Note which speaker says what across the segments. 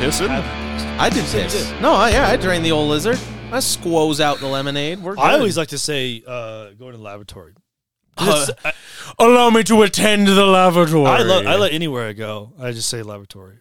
Speaker 1: pissing?
Speaker 2: I did
Speaker 3: you
Speaker 2: this.
Speaker 3: did.
Speaker 2: No, I, yeah, I drained the old lizard. I squoze out the lemonade. We're
Speaker 3: I
Speaker 2: good.
Speaker 3: always like to say, uh, go to the laboratory.
Speaker 2: Uh,
Speaker 3: It's- I,
Speaker 2: allow me to attend the lavatory.
Speaker 3: I love, I let anywhere I go. I just say laboratory.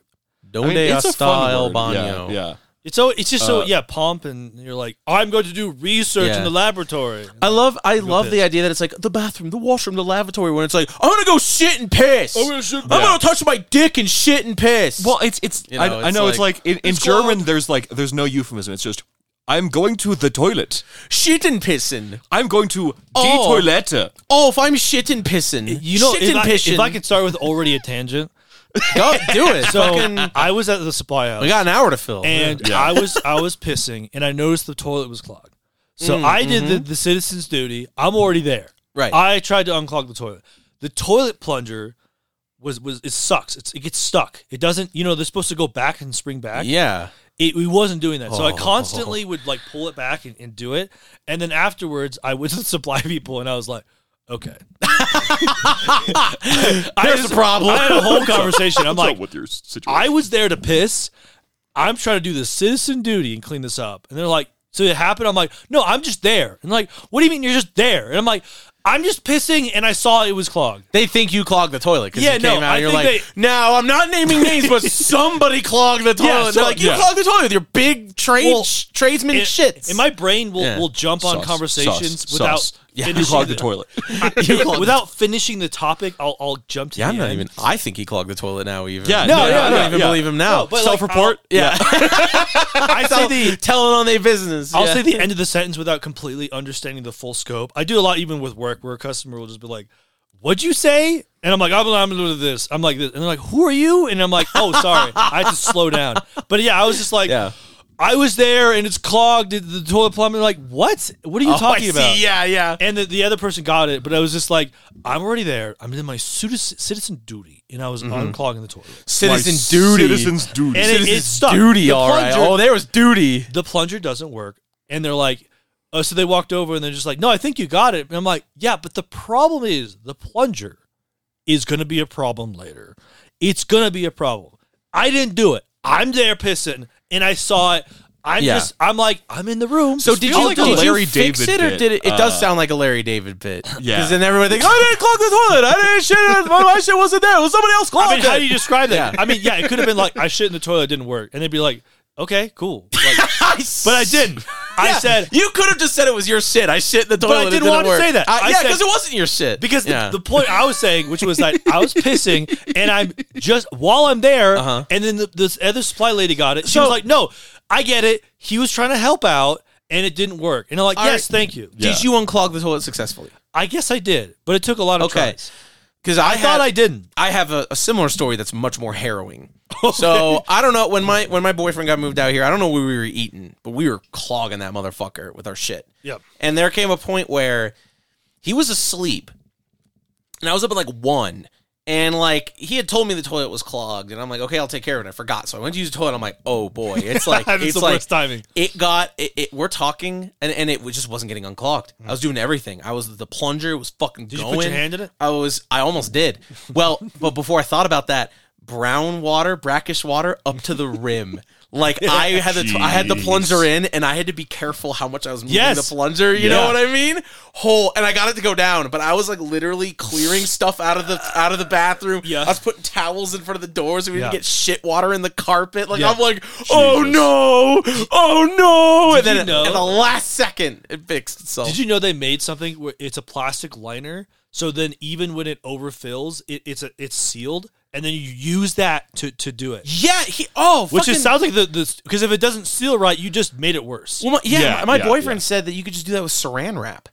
Speaker 2: Donde
Speaker 1: I mean, it's a fun
Speaker 2: hasta el
Speaker 1: word.
Speaker 2: baño?
Speaker 1: Yeah, yeah.
Speaker 3: It's so it's just so
Speaker 1: Uh,
Speaker 3: yeah, pomp and you're like, I'm going to do research
Speaker 2: Yeah. Uh,
Speaker 3: in the laboratory.
Speaker 2: I love I love the
Speaker 3: piss.
Speaker 2: idea that it's like the bathroom, the washroom, the lavatory. When it's like I'm gonna go shit and piss. I'm gonna,
Speaker 3: shit.
Speaker 1: Yeah.
Speaker 2: touch my dick and shit and piss.
Speaker 1: Well, it's it's.
Speaker 2: You
Speaker 1: I,
Speaker 2: know,
Speaker 1: I
Speaker 2: it's
Speaker 1: know it's
Speaker 2: like,
Speaker 1: like in, in
Speaker 2: it's called-
Speaker 1: German. There's like there's no euphemism. It's just I'm going to the toilet.
Speaker 2: shit and pissing.
Speaker 1: I'm going to
Speaker 2: Oh.
Speaker 1: the toilette.
Speaker 2: Oh, if I'm shit and pissing,
Speaker 3: You know,
Speaker 2: shit
Speaker 3: if
Speaker 2: and
Speaker 3: I,
Speaker 2: pissing.
Speaker 3: if I could start with already a tangent.
Speaker 2: go, do it.
Speaker 3: So
Speaker 2: Fucking,
Speaker 3: I was at the supply house.
Speaker 2: we got an hour to fill.
Speaker 3: and
Speaker 1: Yeah.
Speaker 3: I was I was pissing, and I noticed the toilet was clogged. So I did the, the citizen's duty. I'm already there.
Speaker 2: Mm, mm-hmm. Right.
Speaker 3: I tried to unclog the toilet. The toilet plunger was was it sucks. It's, it gets stuck. It doesn't. You know they're supposed to go back and spring back.
Speaker 2: yeah,
Speaker 3: It, we wasn't doing that. So I
Speaker 2: Oh.
Speaker 3: constantly would like pull it back and, and do it. And then afterwards, I went to the supply people and I was like, okay. There's
Speaker 2: a problem.
Speaker 3: I had a whole conversation. I'm like,
Speaker 1: your situation?
Speaker 3: I was there to piss. I'm trying to do the citizen duty and clean this up. And they're like, so it happened. I'm like, no, I'm just there. And like, what do you mean you're just there? And I'm like, I'm just pissing and I saw it was clogged.
Speaker 2: they think you clogged the toilet because
Speaker 3: Yeah,
Speaker 2: you came
Speaker 3: no,
Speaker 2: out.
Speaker 3: I
Speaker 2: and You're
Speaker 3: think
Speaker 2: like, no, I'm not naming names, but somebody clogged the toilet.
Speaker 3: Yeah,
Speaker 2: They're
Speaker 3: so-
Speaker 2: like, you
Speaker 3: yeah.
Speaker 2: clogged the toilet with your big trade
Speaker 3: Well,
Speaker 2: tradesman
Speaker 3: And,
Speaker 2: shits.
Speaker 3: and my brain will,
Speaker 2: Yeah.
Speaker 3: will jump on
Speaker 1: Sauce,
Speaker 3: conversations
Speaker 1: sauce,
Speaker 3: without
Speaker 1: sauce.
Speaker 2: Yeah.
Speaker 1: you
Speaker 3: finishing
Speaker 1: clogged the toilet.
Speaker 3: Yeah, without finishing the topic, I'll, I'll jump to
Speaker 2: yeah,
Speaker 3: the
Speaker 2: I'm not
Speaker 3: end.
Speaker 2: even. I think he clogged the toilet now. Even
Speaker 1: Yeah, No, no, yeah,
Speaker 2: I don't
Speaker 1: yeah,
Speaker 2: even
Speaker 1: yeah.
Speaker 2: believe him now.
Speaker 3: No, but, like,
Speaker 2: Self-report.
Speaker 3: I'll-
Speaker 2: yeah,
Speaker 3: I say the
Speaker 2: telling on their business.
Speaker 3: I'll
Speaker 2: yeah.
Speaker 3: say the end of the sentence without completely understanding the full scope. I do a lot even with work where a customer will just be like, What'd you say? And I'm like, I'm, I'm doing this. I'm like this. And they're like, Who are you? And I'm like, Oh, sorry. I had to slow down. But yeah, I was just like,
Speaker 2: Yeah.
Speaker 3: I was there and it's clogged. The, the toilet plumbing, like, what? What are you
Speaker 2: Oh,
Speaker 3: talking
Speaker 2: I
Speaker 3: about?
Speaker 2: See. Yeah, yeah.
Speaker 3: And the, the other person got it, but I was just like, I'm already there. I'm in my citi- citizen duty. And I was
Speaker 2: Mm-hmm.
Speaker 3: unclogging the toilet.
Speaker 2: Citizen
Speaker 1: My
Speaker 2: duty.
Speaker 1: Citizen's duty.
Speaker 3: And it, it
Speaker 2: Citizen's
Speaker 3: stuck.
Speaker 2: duty.
Speaker 3: The
Speaker 2: all right.
Speaker 3: plunger-
Speaker 2: Oh, there was duty.
Speaker 3: the plunger doesn't work. And they're like, oh, so they walked over and they're just like, no, I think you got it. And I'm like, yeah, but the problem is the plunger is going to be a problem later. It's going to be a problem. I didn't do it. I'm there pissing and I saw it. I'm
Speaker 2: Yeah.
Speaker 3: just, I'm like, I'm in the room.
Speaker 2: So
Speaker 3: This
Speaker 2: did
Speaker 3: feels
Speaker 2: you,
Speaker 1: like a
Speaker 2: did
Speaker 1: Larry
Speaker 2: you fix
Speaker 1: David
Speaker 2: it or
Speaker 1: bit.
Speaker 2: did it? It does
Speaker 1: Uh,
Speaker 2: sound like a Larry David bit.
Speaker 1: Yeah.
Speaker 2: Because then everyone thinks, I didn't clog the toilet. I didn't shit. it. My, my shit wasn't there. It was somebody else clogged
Speaker 3: I mean, how do you
Speaker 2: it."
Speaker 3: describe that?
Speaker 2: Yeah.
Speaker 3: I mean, yeah, it could have been like, I shit in the toilet, it didn't work. And they'd be like, okay, cool. Like, but I didn't. I
Speaker 2: Yeah.
Speaker 3: said,
Speaker 2: you could have just said it was your shit. I shit in the toilet.
Speaker 3: I
Speaker 2: it
Speaker 3: didn't want to
Speaker 2: work."
Speaker 3: say that.
Speaker 2: I-
Speaker 3: I
Speaker 2: yeah,
Speaker 3: said-
Speaker 2: because it wasn't your shit.
Speaker 3: Because
Speaker 2: yeah.
Speaker 3: the, the point I was saying, which was that I was pissing, and I'm just while I'm there,
Speaker 2: Uh-huh.
Speaker 3: and then the, this other supply lady got it. She was
Speaker 2: So-
Speaker 3: like, "No, I get it. He was trying to help out, and it didn't work." And I'm like,
Speaker 2: All
Speaker 3: "Yes,
Speaker 2: right.
Speaker 3: thank you.
Speaker 1: Yeah.
Speaker 2: did you unclog the toilet successfully?
Speaker 3: I guess I did, but it took a lot of
Speaker 2: Okay.
Speaker 3: tries.
Speaker 2: Because I,
Speaker 3: I thought
Speaker 2: had-
Speaker 3: I didn't.
Speaker 2: I have a, a similar story that's much more harrowing. So I don't know when my when my boyfriend got moved out here. I don't know where we were eating, but we were clogging that motherfucker with our shit.
Speaker 3: Yep.
Speaker 2: And there came a point where he was asleep, and I was up at like one, and like he had told me the toilet was clogged, and I'm like, okay, I'll take care of it. I forgot, so I went to use the toilet. I'm like, oh boy, it's like
Speaker 3: That's
Speaker 2: it's
Speaker 3: the
Speaker 2: like
Speaker 3: worst timing.
Speaker 2: it got it, it. We're talking, and and it just wasn't getting unclogged. I was doing everything. I was the plunger was fucking
Speaker 3: you
Speaker 2: going.
Speaker 3: put your hand in it?
Speaker 2: I was. I almost did. Well, but before I thought about that, brown water, brackish water, up to the rim. Like I had the I had the plunger in, and I had to be careful how much I was moving
Speaker 3: Yes.
Speaker 2: the plunger. You know
Speaker 3: Yeah.
Speaker 2: what I mean? Whole, and I got it to go down, but I was like literally clearing stuff out of the out of the bathroom.
Speaker 3: Yeah.
Speaker 2: I was putting towels in front of the doors, so we didn't
Speaker 3: Yeah.
Speaker 2: get shit water in the carpet. Like
Speaker 3: Yeah.
Speaker 2: I'm like, oh no, oh no, and
Speaker 3: Did
Speaker 2: then
Speaker 3: you know-
Speaker 2: at the last second, it fixed itself.
Speaker 3: Did you know they made something where it's a plastic liner? So then, even when it overfills, it, it's a, it's sealed, and then you use that to to do it."
Speaker 2: yeah, he. Oh,
Speaker 3: Which
Speaker 2: fucking,
Speaker 3: just sounds like the because if it doesn't seal right, you just made it worse.
Speaker 2: Well, my, yeah,
Speaker 1: Yeah,
Speaker 2: my- my
Speaker 1: yeah,
Speaker 2: boyfriend said that you could just do that with saran wrap.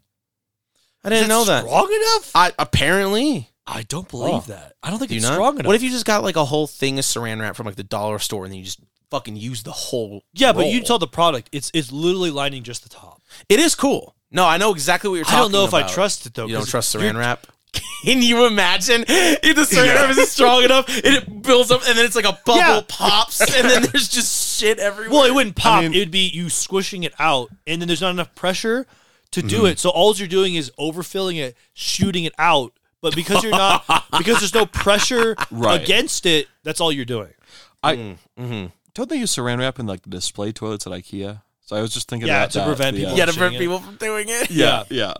Speaker 2: I didn't
Speaker 3: Is
Speaker 2: know that.
Speaker 3: Strong enough?
Speaker 2: I apparently
Speaker 3: I don't believe
Speaker 2: Oh.
Speaker 3: that. I don't think
Speaker 2: do you
Speaker 3: it's
Speaker 2: not.
Speaker 3: strong enough.
Speaker 2: What if you just got like a whole thing of saran wrap from like the dollar store and then you just fucking use the whole?
Speaker 3: yeah, but you
Speaker 2: roll?
Speaker 3: tell the product it's it's literally lining just the top.
Speaker 2: it is cool. No, I know exactly what you're
Speaker 3: I
Speaker 2: talking.
Speaker 3: don't know if I
Speaker 2: about.
Speaker 3: trust it though.
Speaker 2: You don't
Speaker 3: 'cause
Speaker 2: trust
Speaker 3: you're-
Speaker 2: saran wrap. Can you imagine if the saran wrap isn't strong enough and it builds up and then it's like a bubble
Speaker 3: Yeah.
Speaker 2: pops and then there's just shit everywhere?
Speaker 3: Well, it wouldn't pop.
Speaker 1: mean-
Speaker 3: it would be you squishing it out, and then there's not enough pressure to do it. So all you're doing is overfilling it, shooting it out. But because you're not because there's no pressure
Speaker 1: Right.
Speaker 3: against it, that's all you're doing.
Speaker 1: I Don't they use saran wrap in like the display toilets at IKEA? So I was just thinking
Speaker 3: Yeah,
Speaker 1: about
Speaker 3: to
Speaker 1: that,
Speaker 3: prevent
Speaker 1: yeah.
Speaker 3: people-
Speaker 2: yeah, to
Speaker 3: Watching
Speaker 2: prevent
Speaker 3: it.
Speaker 2: people from doing it.
Speaker 1: Yeah, yeah,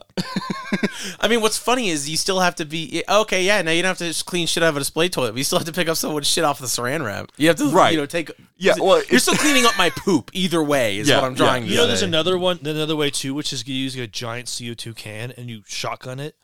Speaker 2: I mean, what's funny is you still have to be okay. Yeah, now you don't have to just clean shit out of a display toilet. But you still have to pick up someone's shit off the Saran wrap. You have to,
Speaker 1: Right.
Speaker 2: you know, take.
Speaker 1: yeah. Well,
Speaker 2: You're still cleaning up my poop. Either way is
Speaker 1: Yeah,
Speaker 2: what I'm drawing.
Speaker 1: yeah.
Speaker 2: to
Speaker 3: You know, there's
Speaker 2: say.
Speaker 3: another one, another way too, which is you use a giant CO2 can and you shotgun it.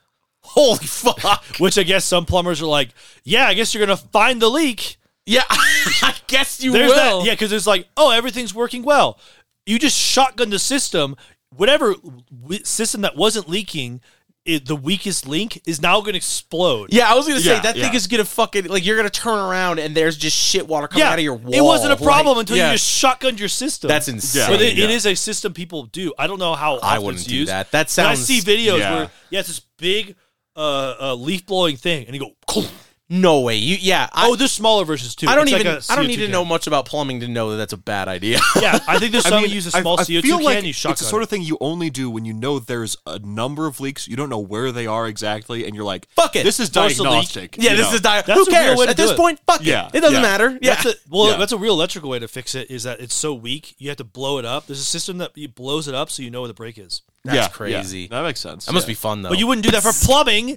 Speaker 2: Holy fuck!
Speaker 3: Which I guess some plumbers are like, yeah, I guess you're gonna find the leak.
Speaker 2: Yeah, I guess you
Speaker 3: There's
Speaker 2: will.
Speaker 3: that, yeah, because it's like, oh, everything's working well. You just shotgun the system. Whatever w- system that wasn't leaking, it, the weakest link is now going to explode.
Speaker 2: Yeah, I was gonna say
Speaker 1: Yeah,
Speaker 2: that thing
Speaker 1: yeah.
Speaker 2: is gonna fucking like you're gonna turn around and there's just shit water coming
Speaker 3: Yeah,
Speaker 2: out of your wall.
Speaker 3: It wasn't a
Speaker 2: Like,
Speaker 3: problem until
Speaker 2: yeah.
Speaker 3: you just shotgunned your system.
Speaker 2: That's insane.
Speaker 3: But it, it
Speaker 1: Yeah.
Speaker 3: is a system people do. I don't know how
Speaker 2: I
Speaker 3: often
Speaker 2: wouldn't
Speaker 3: it's
Speaker 2: do
Speaker 3: used.
Speaker 2: that. That
Speaker 3: But
Speaker 2: sounds
Speaker 3: I see videos
Speaker 1: Yeah.
Speaker 3: where yeah, it's this big uh, uh, leaf blowing thing, and you go,
Speaker 2: no way. You yeah. I,
Speaker 3: oh, there's smaller versions too.
Speaker 2: I don't
Speaker 3: It's
Speaker 2: even.
Speaker 3: Like a
Speaker 2: I don't
Speaker 3: CO2
Speaker 2: need to
Speaker 3: can.
Speaker 2: know much about plumbing to know that that's a bad idea.
Speaker 3: Yeah, I think there's some that use a
Speaker 1: I-
Speaker 3: small
Speaker 1: I
Speaker 3: CO2
Speaker 1: feel
Speaker 3: can.
Speaker 1: like
Speaker 3: you shotgun.
Speaker 1: it's the sort of thing you only do when you know there's a number of leaks. You don't know where they are exactly, and you're like,
Speaker 2: Fuck it.
Speaker 1: This is
Speaker 3: Force a leak.
Speaker 1: diagnostic.
Speaker 2: yeah,
Speaker 1: you
Speaker 2: this
Speaker 1: know?
Speaker 2: is dire.
Speaker 3: That's
Speaker 2: Who
Speaker 3: a real
Speaker 2: cares?
Speaker 3: way to
Speaker 2: At
Speaker 3: do
Speaker 2: this
Speaker 3: it.
Speaker 2: point, fuck
Speaker 1: Yeah,
Speaker 2: it. It doesn't
Speaker 1: yeah.
Speaker 2: matter. Yeah.
Speaker 3: That's a, well,
Speaker 1: Yeah.
Speaker 3: that's a real electrical way to fix it. Is that it's so weak, you have to blow it up. There's a system that you blows it up so you know where the break is.
Speaker 2: That's
Speaker 1: Yeah, yeah.
Speaker 2: crazy.
Speaker 1: That makes sense.
Speaker 2: that must
Speaker 1: yeah.
Speaker 2: be fun though.
Speaker 3: But you wouldn't do that for plumbing.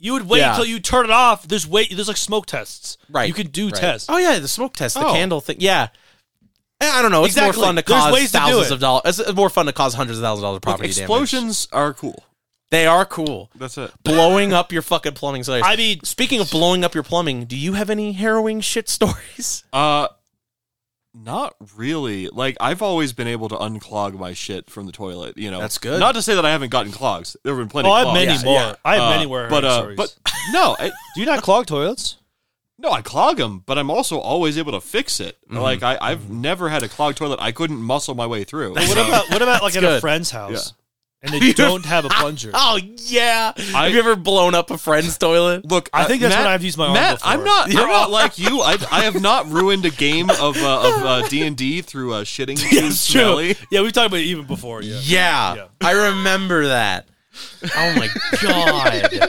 Speaker 3: You would wait
Speaker 2: Yeah.
Speaker 3: until you turn it off. There's wait. There's like smoke tests.
Speaker 2: right?
Speaker 3: You can do
Speaker 2: right.
Speaker 3: tests.
Speaker 2: Oh yeah, the smoke test, the
Speaker 1: Oh.
Speaker 2: candle thing. Yeah. Eh, I don't know. It's
Speaker 3: Exactly.
Speaker 2: more fun to
Speaker 3: There's
Speaker 2: cause
Speaker 3: ways to do
Speaker 2: thousands
Speaker 3: it.
Speaker 2: of dollars. It's uh, more fun to cause hundreds of thousands of dollars of
Speaker 1: Look,
Speaker 2: property damage.
Speaker 1: explosions are cool.
Speaker 2: They are cool.
Speaker 1: That's it.
Speaker 2: blowing up your fucking plumbing slayers.
Speaker 3: I mean,
Speaker 2: Speaking of blowing up your plumbing, do you have any harrowing shit stories?
Speaker 1: Uh, not really. Like I've always been able to unclog my shit from the toilet. You know,
Speaker 2: That's good.
Speaker 1: Not to say that I haven't gotten clogs. There have been plenty.
Speaker 3: Oh, I
Speaker 1: of
Speaker 3: have
Speaker 1: clogs.
Speaker 3: many
Speaker 2: Yeah,
Speaker 3: more.
Speaker 2: yeah.
Speaker 3: I have
Speaker 1: Uh,
Speaker 3: many more.
Speaker 1: But
Speaker 3: harrowing
Speaker 1: uh,
Speaker 3: stories.
Speaker 1: but no, I,
Speaker 3: do you not clog toilets?
Speaker 1: no, I clog them, but I'm also always able to fix it.
Speaker 2: Mm-hmm.
Speaker 1: Like I, I've never had a clogged toilet. I couldn't muscle my way through.
Speaker 3: What about what about like at a
Speaker 2: good.
Speaker 3: friend's house and they don't have a plunger?
Speaker 2: Oh yeah. have you ever blown up a friend's toilet?
Speaker 1: Look, uh,
Speaker 3: I think that's
Speaker 1: Matt,
Speaker 3: when I've used my arm
Speaker 1: Matt,
Speaker 3: before.
Speaker 1: I'm not.
Speaker 2: Yeah.
Speaker 1: I'm not like you. I, I have not ruined a game of uh, of D and D through uh, shitting too
Speaker 3: It's true.
Speaker 1: smelly.
Speaker 3: Yeah, we've talked about it even before. Yeah.
Speaker 2: Yeah.
Speaker 3: Yeah.
Speaker 2: I remember that. Oh my god.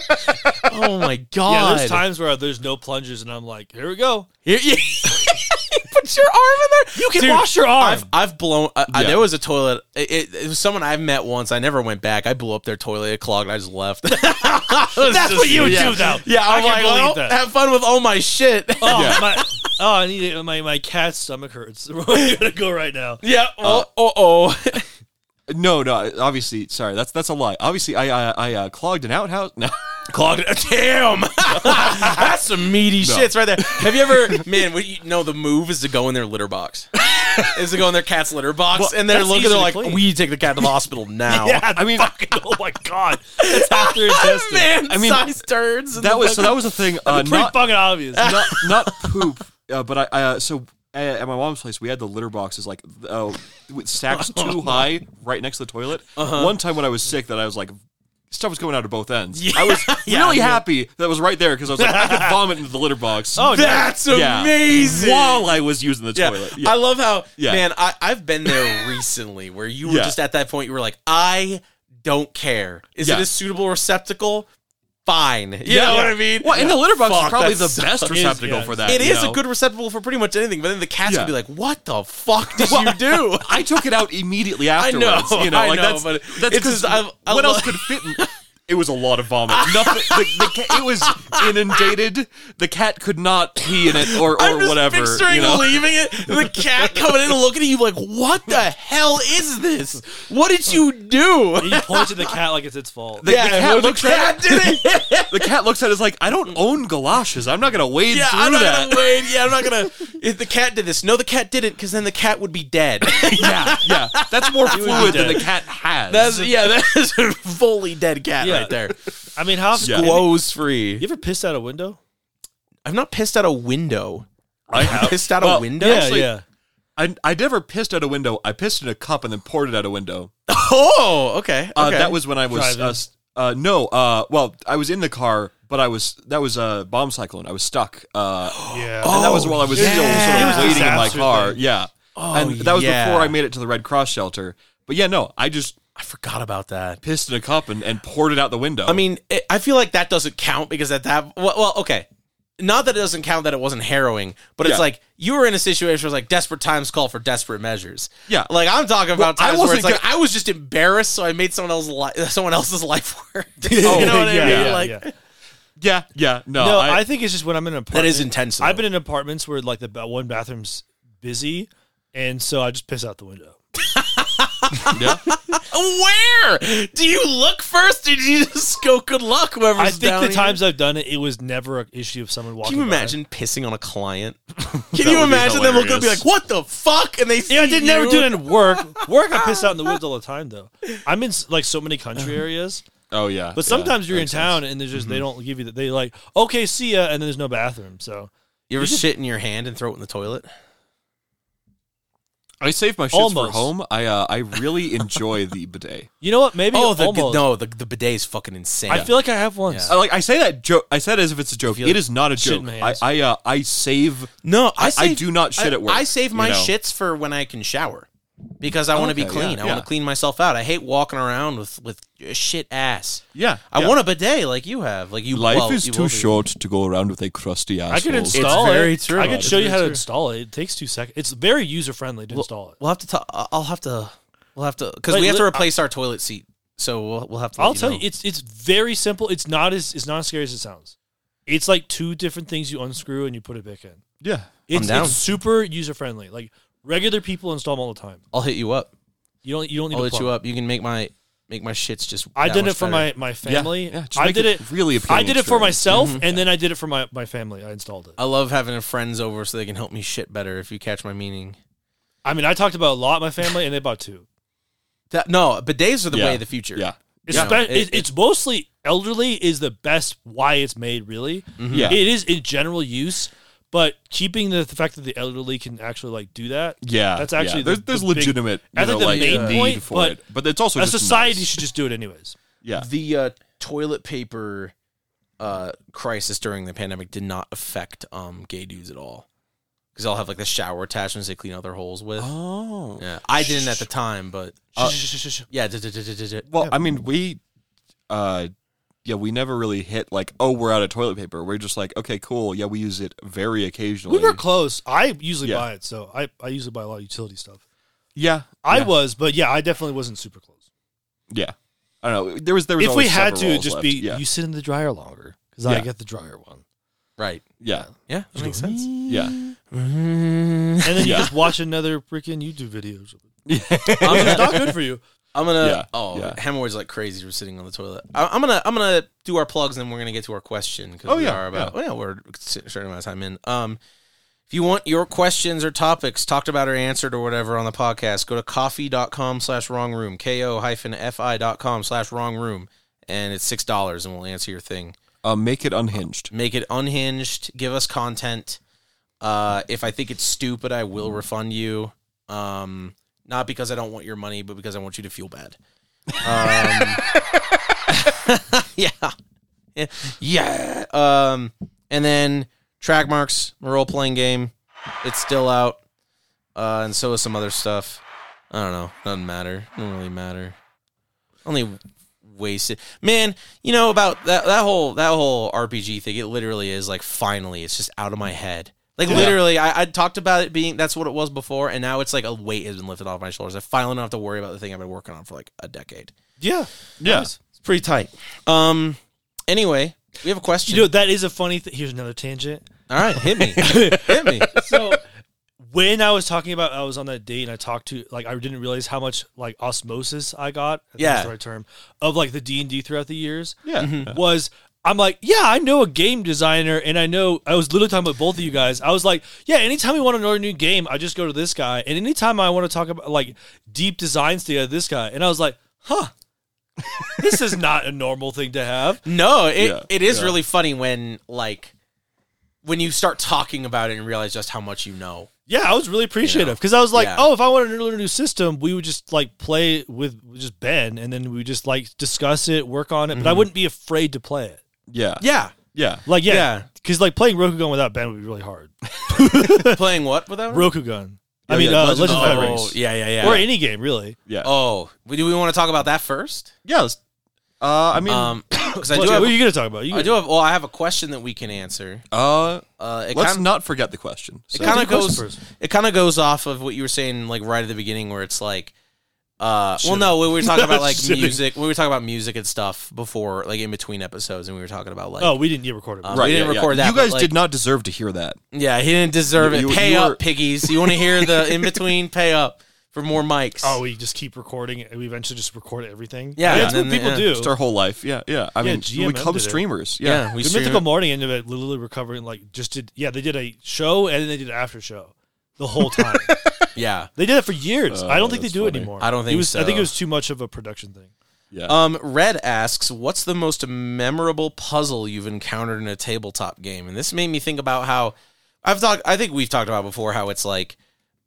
Speaker 2: oh my
Speaker 3: Yeah,
Speaker 2: god.
Speaker 3: there's times where there's no plungers, and I'm like, here we go.
Speaker 2: You- you- Put your arm in there. You
Speaker 3: can wash your arm.
Speaker 2: I've, I've blown. I, I-
Speaker 1: Yeah.
Speaker 2: there was a toilet. It, it, it was someone I met once. I never went back. I blew up their toilet. It clogged. I just left. That's
Speaker 3: That's what you would
Speaker 2: yeah.
Speaker 3: do, though.
Speaker 2: Yeah,
Speaker 3: I
Speaker 2: I'm
Speaker 3: can
Speaker 2: like,
Speaker 3: believe
Speaker 2: well,
Speaker 3: that.
Speaker 2: have fun with all my shit.
Speaker 3: Oh,
Speaker 1: Yeah.
Speaker 3: my, oh I need it. My, my cat's stomach hurts. We're gonna go right now.
Speaker 2: yeah. Well, uh oh.
Speaker 1: No, no. Obviously, sorry. That's that's a lie. Obviously, I I, I uh, clogged an outhouse. No.
Speaker 2: Clogged. Damn. That's some meaty shits right there. Have you ever, man? What you know the move is to go in their litter box. is to go in their cat's litter box, and they're
Speaker 3: that's
Speaker 2: looking.
Speaker 3: easy
Speaker 2: They're
Speaker 3: to
Speaker 2: like,
Speaker 3: clean.
Speaker 2: we take the cat to the hospital now.
Speaker 1: I mean,
Speaker 3: oh my god, that's half their intestine.
Speaker 2: Man,
Speaker 1: I mean,
Speaker 2: size turds. and
Speaker 1: that
Speaker 2: the
Speaker 1: was
Speaker 2: fucking-
Speaker 1: so. That was a thing. Uh,
Speaker 3: Pretty
Speaker 1: not
Speaker 3: fucking obvious.
Speaker 1: not not poop, uh, but I, I uh, so uh, at my mom's place we had the litter boxes like uh, with stacks too high right next to the toilet.
Speaker 3: Uh-huh.
Speaker 1: One time when I was sick, that I was like. Stuff was coming out of both ends. I was really happy that was right there because I was like, I could vomit into the litter box
Speaker 3: Oh,
Speaker 2: That's
Speaker 1: Yeah.
Speaker 2: amazing.
Speaker 1: while I was using the
Speaker 2: Yeah.
Speaker 1: toilet. Yeah.
Speaker 2: I love how
Speaker 1: Yeah.
Speaker 2: man, I, I've been there recently where you were
Speaker 1: Yeah.
Speaker 2: just at that point you were like, I don't care. Is it
Speaker 1: Yeah.
Speaker 2: a suitable receptacle? Fine. You know what I mean?
Speaker 1: Well, and the litter box
Speaker 2: Fuck,
Speaker 1: is probably
Speaker 2: that
Speaker 1: the
Speaker 2: sucks.
Speaker 1: best
Speaker 3: is, yeah.
Speaker 1: receptacle for that.
Speaker 2: It
Speaker 1: you
Speaker 2: is
Speaker 1: know?
Speaker 2: a good receptacle for pretty much anything, but then the cat's
Speaker 1: Yeah.
Speaker 2: gonna be like, "What the fuck did you do?"
Speaker 1: I took it out immediately
Speaker 2: I know,
Speaker 1: afterwards. you know,
Speaker 2: I
Speaker 1: like
Speaker 2: know,
Speaker 1: that's
Speaker 2: but
Speaker 1: that's
Speaker 2: it's just-
Speaker 1: because
Speaker 2: I- I
Speaker 1: what
Speaker 2: lo-
Speaker 1: else could fit? In, it was a lot of vomit. Nothing. The, the ca- it was inundated. The cat could not pee in it or or
Speaker 2: I'm just
Speaker 1: whatever.
Speaker 2: picturing
Speaker 1: you know?
Speaker 2: leaving it, the cat coming in and looking at you like, "What the hell is this? What did you do?"
Speaker 3: And you point to the cat like it's its fault.
Speaker 1: The, the
Speaker 2: well,
Speaker 1: cat
Speaker 2: the
Speaker 1: looks
Speaker 2: cat
Speaker 1: at
Speaker 2: did it.
Speaker 1: it. The cat looks at it is like I don't own galoshes. I'm not gonna wade
Speaker 2: Yeah,
Speaker 1: through
Speaker 2: I'm not
Speaker 1: that.
Speaker 2: gonna wait. Yeah, I'm not gonna. If the cat did this, no, the cat didn't, because then the cat would be dead.
Speaker 1: yeah, yeah. That's more
Speaker 3: would be
Speaker 1: fluid than
Speaker 3: dead.
Speaker 1: the cat has.
Speaker 2: That's yeah, that's a fully dead cat
Speaker 3: Yeah.
Speaker 2: right there.
Speaker 3: I mean, how often?
Speaker 1: Yeah.
Speaker 2: Woes free.
Speaker 3: You ever pissed out a window?
Speaker 2: I'm not pissed out a window.
Speaker 1: I have.
Speaker 2: Pissed out
Speaker 1: Well,
Speaker 2: a window.
Speaker 1: actually-
Speaker 3: yeah.
Speaker 1: I, I never pissed out a window. I pissed in a cup and then poured it out a window.
Speaker 2: Oh, okay.
Speaker 1: Uh,
Speaker 2: okay.
Speaker 1: That was when I was
Speaker 3: Driving.
Speaker 1: uh, s- uh, no. Uh, well, I was in the car, but I was that was a uh, bomb cyclone. I was stuck. Uh,
Speaker 3: Yeah.
Speaker 2: Oh.
Speaker 1: and that was while I was still
Speaker 2: yeah.
Speaker 1: sort
Speaker 3: It
Speaker 1: of
Speaker 3: was
Speaker 1: waiting in my
Speaker 3: disaster
Speaker 1: car.
Speaker 3: thing.
Speaker 1: Yeah,
Speaker 2: Oh,
Speaker 1: and that was
Speaker 2: yeah.
Speaker 1: before I made it to the Red Cross shelter. But yeah, no, I just
Speaker 2: I forgot about that.
Speaker 1: pissed in a cup and, and poured it out the window.
Speaker 2: I mean, it, I feel like that doesn't count because at that well, well okay. not that it doesn't count that it wasn't harrowing, but
Speaker 1: Yeah.
Speaker 2: it's like you were in a situation where it's like desperate times call for desperate measures.
Speaker 1: Yeah.
Speaker 2: like I'm talking about
Speaker 1: I
Speaker 2: times where
Speaker 1: wasn't
Speaker 2: it's like I was just embarrassed, so I made someone else's life someone else's life work. you
Speaker 3: Oh,
Speaker 2: know what
Speaker 3: yeah,
Speaker 2: I mean?
Speaker 3: yeah,
Speaker 2: like
Speaker 3: yeah.
Speaker 1: Yeah, yeah. No,
Speaker 3: no,
Speaker 1: I,
Speaker 3: I, think it's just when I'm in an apartment.
Speaker 2: that is intense. though.
Speaker 3: I've been in apartments where like the ba- one bathroom's busy, and so I just piss out the window.
Speaker 1: yeah.
Speaker 2: Where do you look first? Did you just go? Good luck, whoever's
Speaker 3: I think
Speaker 2: down
Speaker 3: the
Speaker 2: here?"
Speaker 3: times I've done it, it was never an issue of someone walking.
Speaker 2: Can you
Speaker 3: by.
Speaker 2: imagine pissing on a client? Can
Speaker 1: would be
Speaker 2: you imagine them looking and be
Speaker 1: hilarious.
Speaker 2: like, "What the fuck?" And they see
Speaker 3: Yeah, I did never
Speaker 2: you?
Speaker 3: do it in work. Work, I piss out in the woods all the time though. I'm in like so many country
Speaker 2: Uh-huh.
Speaker 3: areas,
Speaker 1: Oh yeah.
Speaker 3: but sometimes you're in town and there's just they
Speaker 2: Mm-hmm.
Speaker 3: don't give you that. They like okay, see ya, and then there's no bathroom. So
Speaker 2: You ever shit in your hand and throw it in the toilet?
Speaker 1: I saved my shits for
Speaker 3: Almost.
Speaker 1: home. I uh, I really enjoy the bidet.
Speaker 3: you know what? Maybe
Speaker 2: Oh, the
Speaker 3: almost.
Speaker 2: no, the the bidet is fucking insane.
Speaker 3: I feel like I have once.
Speaker 1: I, like I say that joke. I said as if it's a joke.
Speaker 2: Feel
Speaker 1: It is not a
Speaker 3: shit
Speaker 1: joke.
Speaker 3: in my
Speaker 1: I
Speaker 3: hands.
Speaker 1: I, uh, I save.
Speaker 2: no, I
Speaker 1: I
Speaker 2: save-
Speaker 1: do not
Speaker 2: I-
Speaker 1: shit at work.
Speaker 2: I save my
Speaker 1: you know?
Speaker 2: shits for when I can shower because I want to be
Speaker 1: okay,
Speaker 2: clean.
Speaker 1: yeah,
Speaker 2: I want
Speaker 1: yeah.
Speaker 2: to clean myself out. I hate walking around with with shit ass.
Speaker 1: Yeah,
Speaker 2: I
Speaker 1: yeah.
Speaker 2: want a bidet like you have. Like you.
Speaker 1: Life
Speaker 2: well,
Speaker 1: is
Speaker 2: you
Speaker 1: too
Speaker 2: will be.
Speaker 1: short to go around with a crusty asshole.
Speaker 3: I could install
Speaker 2: very
Speaker 3: it.
Speaker 2: true.
Speaker 3: I could
Speaker 2: It's
Speaker 3: show you
Speaker 2: very
Speaker 3: how to
Speaker 2: true.
Speaker 3: install it. It takes two seconds. It's very user friendly to install it.
Speaker 2: We'll have to talk. I'll have to. We'll have to because
Speaker 3: Like,
Speaker 2: we have to
Speaker 3: li-
Speaker 2: replace our toilet seat. So we'll, we'll have to. let
Speaker 3: I'll tell
Speaker 2: know.
Speaker 3: you, it's it's very simple. It's not as it's not as scary as it sounds. It's like two different things you unscrew and you put it back in.
Speaker 1: Yeah,
Speaker 3: It's,
Speaker 2: down.
Speaker 3: it's super user friendly. Like regular people install them all the time.
Speaker 2: I'll hit you up.
Speaker 3: You don't you don't need
Speaker 2: I'll
Speaker 3: to
Speaker 2: hit you
Speaker 3: plumb.
Speaker 2: up. You can make my make my shits just.
Speaker 3: I
Speaker 2: that
Speaker 3: did
Speaker 2: much
Speaker 3: it for
Speaker 2: better.
Speaker 3: my, my family.
Speaker 1: yeah, just
Speaker 3: I
Speaker 1: make
Speaker 3: did
Speaker 1: it
Speaker 3: it
Speaker 1: really
Speaker 3: I
Speaker 1: appealing
Speaker 3: did it for
Speaker 1: experience.
Speaker 3: myself
Speaker 2: Mm-hmm.
Speaker 3: and then I did it for my, my family. I installed it.
Speaker 2: I love having friends over so they can help me shit better. If you catch my meaning.
Speaker 3: I mean, I talked about a lot my family and they bought two.
Speaker 2: That no, bidets are the
Speaker 1: yeah.
Speaker 2: way of the future.
Speaker 1: Yeah,
Speaker 3: It's,
Speaker 2: Yeah. It-
Speaker 3: spe- it- it's mostly elderly is the best why it's made really.
Speaker 1: Yeah.
Speaker 3: It is in general use, but keeping the, the fact that the elderly can actually like do that.
Speaker 1: yeah.
Speaker 3: That's actually
Speaker 1: yeah. there's
Speaker 3: the-
Speaker 1: there's
Speaker 3: the big-
Speaker 1: legitimate. you
Speaker 3: I think
Speaker 1: know,
Speaker 3: the
Speaker 1: like, uh,
Speaker 3: main
Speaker 1: need
Speaker 3: point,
Speaker 1: for
Speaker 3: but
Speaker 1: it, but it's also
Speaker 3: a
Speaker 1: just
Speaker 3: society
Speaker 1: nice.
Speaker 3: should just do it anyways.
Speaker 1: Yeah,
Speaker 2: The uh, toilet paper uh, crisis during the pandemic did not affect um, gay dudes at all because they'll have like the shower attachments they clean other holes with.
Speaker 1: Oh.
Speaker 2: Yeah, I didn't at the time, but
Speaker 1: Uh,
Speaker 2: yeah. d- d- d- d- d- d-
Speaker 1: Well, I mean, we, uh, yeah, we never really hit like, oh, we're out of toilet paper. We're just like, okay, cool. Yeah, we use it very occasionally.
Speaker 3: We were close. I usually
Speaker 1: Yeah.
Speaker 3: buy it, so I, I usually buy a lot of utility stuff.
Speaker 1: yeah,
Speaker 3: I
Speaker 1: yeah,
Speaker 3: was, but yeah, I definitely wasn't super close.
Speaker 1: yeah. I don't know. There was there was
Speaker 3: if we
Speaker 1: always
Speaker 3: had
Speaker 1: several
Speaker 3: to, it'd
Speaker 1: rolls
Speaker 3: just
Speaker 1: left.
Speaker 3: be
Speaker 1: yeah,
Speaker 3: you sit in the dryer longer because I
Speaker 1: Yeah.
Speaker 3: get the dryer one,
Speaker 2: Right.
Speaker 1: yeah,
Speaker 2: Yeah, that makes sense.
Speaker 1: yeah.
Speaker 2: I'm
Speaker 3: and then
Speaker 1: Yeah.
Speaker 3: you just watch another freaking YouTube video. or something. It's
Speaker 2: gonna,
Speaker 3: not good for you.
Speaker 2: I'm gonna
Speaker 1: Yeah,
Speaker 2: oh
Speaker 1: yeah.
Speaker 2: hemorrhoids like crazy. We're sitting on the toilet. I, I'm gonna I'm gonna do our plugs and we're gonna get to our question because
Speaker 1: Oh,
Speaker 2: we
Speaker 1: yeah,
Speaker 2: are about yeah. we're a certain amount of time in. Um, if you want your questions or topics talked about or answered or whatever on the podcast, go to coffee.com slash wrong room ko hyphen fi dot com slash wrong room and it's six dollars and we'll answer your thing.
Speaker 1: Uh, make it unhinged.
Speaker 2: Make it unhinged. Give us content. Uh, if I think it's stupid, I will refund you. Um, not because I don't want your money, but because I want you to feel bad. Um, yeah. Yeah. Yeah. Um, and then track marks, my role playing game. It's still out. Uh, and so is some other stuff. I don't know. Doesn't matter. Doesn't really matter. Only wasted. Man, you know about that that whole that whole RPG thing. It literally is like finally, it's just out of my head. Like literally, I, I talked about it being that's what it was before, and now it's like a weight has been lifted off my shoulders. I finally don't have to worry about the thing I've been working on for like a decade.
Speaker 3: Yeah,
Speaker 1: Yeah.
Speaker 2: It's pretty tight. Um. Anyway, we have a question.
Speaker 3: you know that is a funny thing. Here's another tangent.
Speaker 2: All right, hit me, hit me.
Speaker 3: So when I was talking about, I was on that date and I talked to like I didn't realize how much like osmosis I got. I think
Speaker 2: Yeah.
Speaker 3: that's the right term of like the D and D throughout the years.
Speaker 1: Yeah.
Speaker 2: Mm-hmm.
Speaker 3: was I'm like, yeah, I know a game designer, and I know I was literally talking about both of you guys. I was like, yeah, anytime we want to know a new game, I just go to this guy, and anytime I want to talk about like deep design stuff, this guy, and I was like, huh, this is not a normal thing to have.
Speaker 2: No, it,
Speaker 1: Yeah,
Speaker 2: it is
Speaker 1: yeah.
Speaker 2: really funny when like when you start talking about it and realize just how much you know.
Speaker 3: Yeah, I was really appreciative because I was like,
Speaker 2: Yeah.
Speaker 3: oh, if I wanted to learn a new system, we would just like play with just Ben, and then we would just like discuss it, work on it, but
Speaker 2: Mm-hmm.
Speaker 3: I wouldn't be afraid to play it.
Speaker 1: Yeah.
Speaker 2: Yeah,
Speaker 1: Yeah.
Speaker 3: Like, yeah,
Speaker 2: Yeah.
Speaker 3: because like playing Rokugan without Ben would be really hard.
Speaker 2: playing what without?
Speaker 3: Rokugan. I
Speaker 1: Oh,
Speaker 3: mean,
Speaker 1: yeah,
Speaker 3: uh,
Speaker 1: Legend
Speaker 3: Legend of
Speaker 1: of
Speaker 3: Fire
Speaker 1: Fire
Speaker 3: Rings.
Speaker 2: oh, yeah, yeah, yeah.
Speaker 3: or any game really.
Speaker 1: Yeah.
Speaker 2: Oh, do we want to talk about that first?
Speaker 1: Yeah. let's- Uh, I mean,
Speaker 2: Um, because I
Speaker 3: What,
Speaker 2: do have,
Speaker 3: what are you going to talk about? You
Speaker 2: I do have. Well, I have a question that we can answer.
Speaker 1: uh,
Speaker 2: Uh, it
Speaker 1: let's
Speaker 2: kind of
Speaker 1: not forget the question.
Speaker 2: it
Speaker 1: So,
Speaker 2: kind
Speaker 3: do
Speaker 2: of
Speaker 3: the question
Speaker 2: goes
Speaker 3: first.
Speaker 2: it kind of goes off of what you were saying like right at the beginning where it's like uh well
Speaker 3: Shitting.
Speaker 2: no when we were talking about like
Speaker 3: Shitting.
Speaker 2: music when we were talking about music and stuff before like in between episodes and we were talking about like
Speaker 3: oh, we didn't get recorded.
Speaker 2: Um, we didn't record that,
Speaker 1: You guys
Speaker 2: but,
Speaker 1: did
Speaker 2: like-
Speaker 1: not deserve to hear that.
Speaker 2: yeah he didn't deserve it
Speaker 1: You- you
Speaker 2: pay
Speaker 1: were-
Speaker 2: up piggies you want to hear the in between pay up for more mics
Speaker 3: oh, we just keep recording. it. We eventually just record everything.
Speaker 2: Yeah,
Speaker 3: that's
Speaker 2: and
Speaker 3: what
Speaker 2: then-
Speaker 3: people
Speaker 2: yeah.
Speaker 3: do.
Speaker 1: Just our whole life. Yeah, yeah. I
Speaker 3: Yeah,
Speaker 1: mean,
Speaker 3: GMM
Speaker 1: we become
Speaker 3: did it.
Speaker 1: streamers.
Speaker 2: yeah,
Speaker 1: Yeah.
Speaker 2: we
Speaker 3: the
Speaker 2: stream
Speaker 3: mythical morning ended up literally recovering. Like, just did yeah, they did a show and then they did an after show the whole time.
Speaker 2: yeah
Speaker 3: they did it for years.
Speaker 1: Oh,
Speaker 3: I don't think they
Speaker 1: that's
Speaker 3: do it
Speaker 1: funny.
Speaker 3: anymore.
Speaker 2: I don't
Speaker 3: it
Speaker 2: think
Speaker 3: was, I think
Speaker 2: so.
Speaker 3: it was too much of a production thing.
Speaker 1: Yeah.
Speaker 2: um red asks what's the most memorable puzzle you've encountered in a tabletop game and this made me think about how i've talked i think we've talked about before how it's like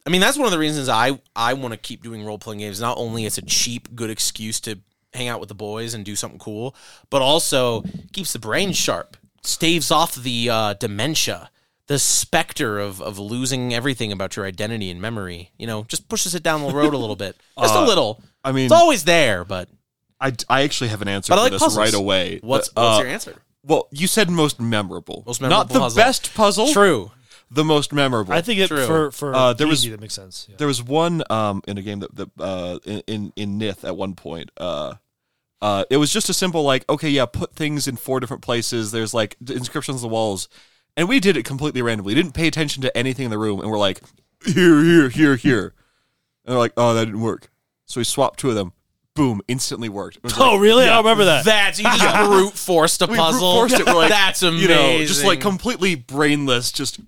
Speaker 2: I mean, that's one of the reasons I I want to keep doing role playing games. Not only it's a cheap, good excuse to hang out with the boys and do something cool, but also keeps the brain sharp, staves off the uh, dementia, the specter of of losing everything about your identity and memory. You know, just pushes it down the road a little bit, just a little.
Speaker 1: Uh, I mean-
Speaker 2: it's always there, but
Speaker 1: I, I actually have an answer
Speaker 2: But I
Speaker 1: for
Speaker 2: like
Speaker 1: this
Speaker 2: puzzles.
Speaker 1: right away.
Speaker 2: what's
Speaker 1: Uh,
Speaker 2: what's your answer?
Speaker 1: Well, you said most memorable.
Speaker 2: Most memorable
Speaker 1: Not the
Speaker 2: puzzle.
Speaker 1: best puzzle.
Speaker 2: True.
Speaker 1: The most memorable.
Speaker 3: I think it
Speaker 2: True.
Speaker 3: for for
Speaker 1: Uh, there was-
Speaker 3: D&D, that makes sense. Yeah.
Speaker 1: there was one um, in a game that, that uh, in- in in Nith at one point. Uh, uh, it was just a simple like, okay, yeah, put things in four different places. There's like d- inscriptions on the walls, and we did it completely randomly. Didn't pay attention to anything in the room, and we're like, here, here, here, here, and they're like, oh, that didn't work. So we swapped two of them. Boom! Instantly worked. It was like,
Speaker 3: Oh really? I don't remember that.
Speaker 2: That's you just brute forced a
Speaker 1: we
Speaker 2: puzzle.
Speaker 1: brute-forced it. We're like,
Speaker 2: that's
Speaker 1: You
Speaker 2: amazing.
Speaker 1: know, just like completely brainless. Just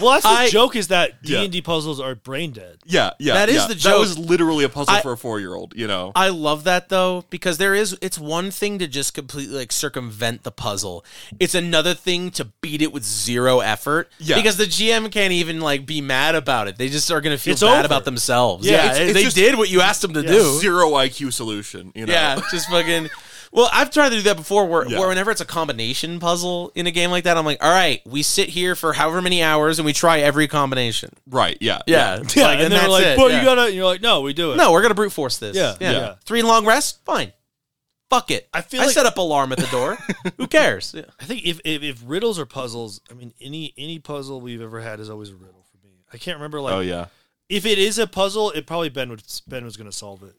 Speaker 3: Well, that's the
Speaker 2: I-
Speaker 3: joke is that D
Speaker 1: Yeah.
Speaker 3: and D puzzles are brain dead.
Speaker 1: yeah, yeah.
Speaker 2: That is
Speaker 1: yeah.
Speaker 2: the
Speaker 1: That
Speaker 2: joke.
Speaker 1: was literally a puzzle
Speaker 2: I-
Speaker 1: for a four-year-old. You know.
Speaker 2: I love that though because there is it's one thing to just completely like circumvent the puzzle. It's another thing to beat it with zero effort
Speaker 1: Yeah.
Speaker 2: because the GM can't even like be mad about it. They just are going to feel
Speaker 3: It's
Speaker 2: bad
Speaker 3: over.
Speaker 2: about themselves.
Speaker 1: Yeah,
Speaker 2: Yeah,
Speaker 1: it's- it's
Speaker 2: they
Speaker 1: just-
Speaker 2: did what you asked them to do.
Speaker 1: Zero IQ solution. You know.
Speaker 2: Yeah, just fucking Well, I've tried to do that before where,
Speaker 1: Yeah.
Speaker 2: where whenever it's a combination puzzle in a game like that, I'm like, "All right, we sit here for however many hours and we try every combination."
Speaker 1: Right. Yeah.
Speaker 2: Yeah.
Speaker 3: Yeah,
Speaker 2: Like,
Speaker 3: and, they're
Speaker 2: that's
Speaker 3: like,
Speaker 2: it,
Speaker 3: "Well,
Speaker 2: yeah.
Speaker 3: you gotta." And you're like, "No, we do it."
Speaker 2: No, we're gonna brute force this.
Speaker 3: Yeah,
Speaker 2: yeah.
Speaker 3: yeah.
Speaker 2: Three long rests, fine. Fuck it.
Speaker 3: I feel
Speaker 2: I
Speaker 3: like-
Speaker 2: set up alarm at the door. Who cares? Yeah.
Speaker 3: I think if, if if riddles are puzzles, I mean, any any puzzle we've ever had is always a riddle for me. I can't remember like
Speaker 1: oh yeah.
Speaker 3: if it is a puzzle, it probably Ben would Ben was going to solve it.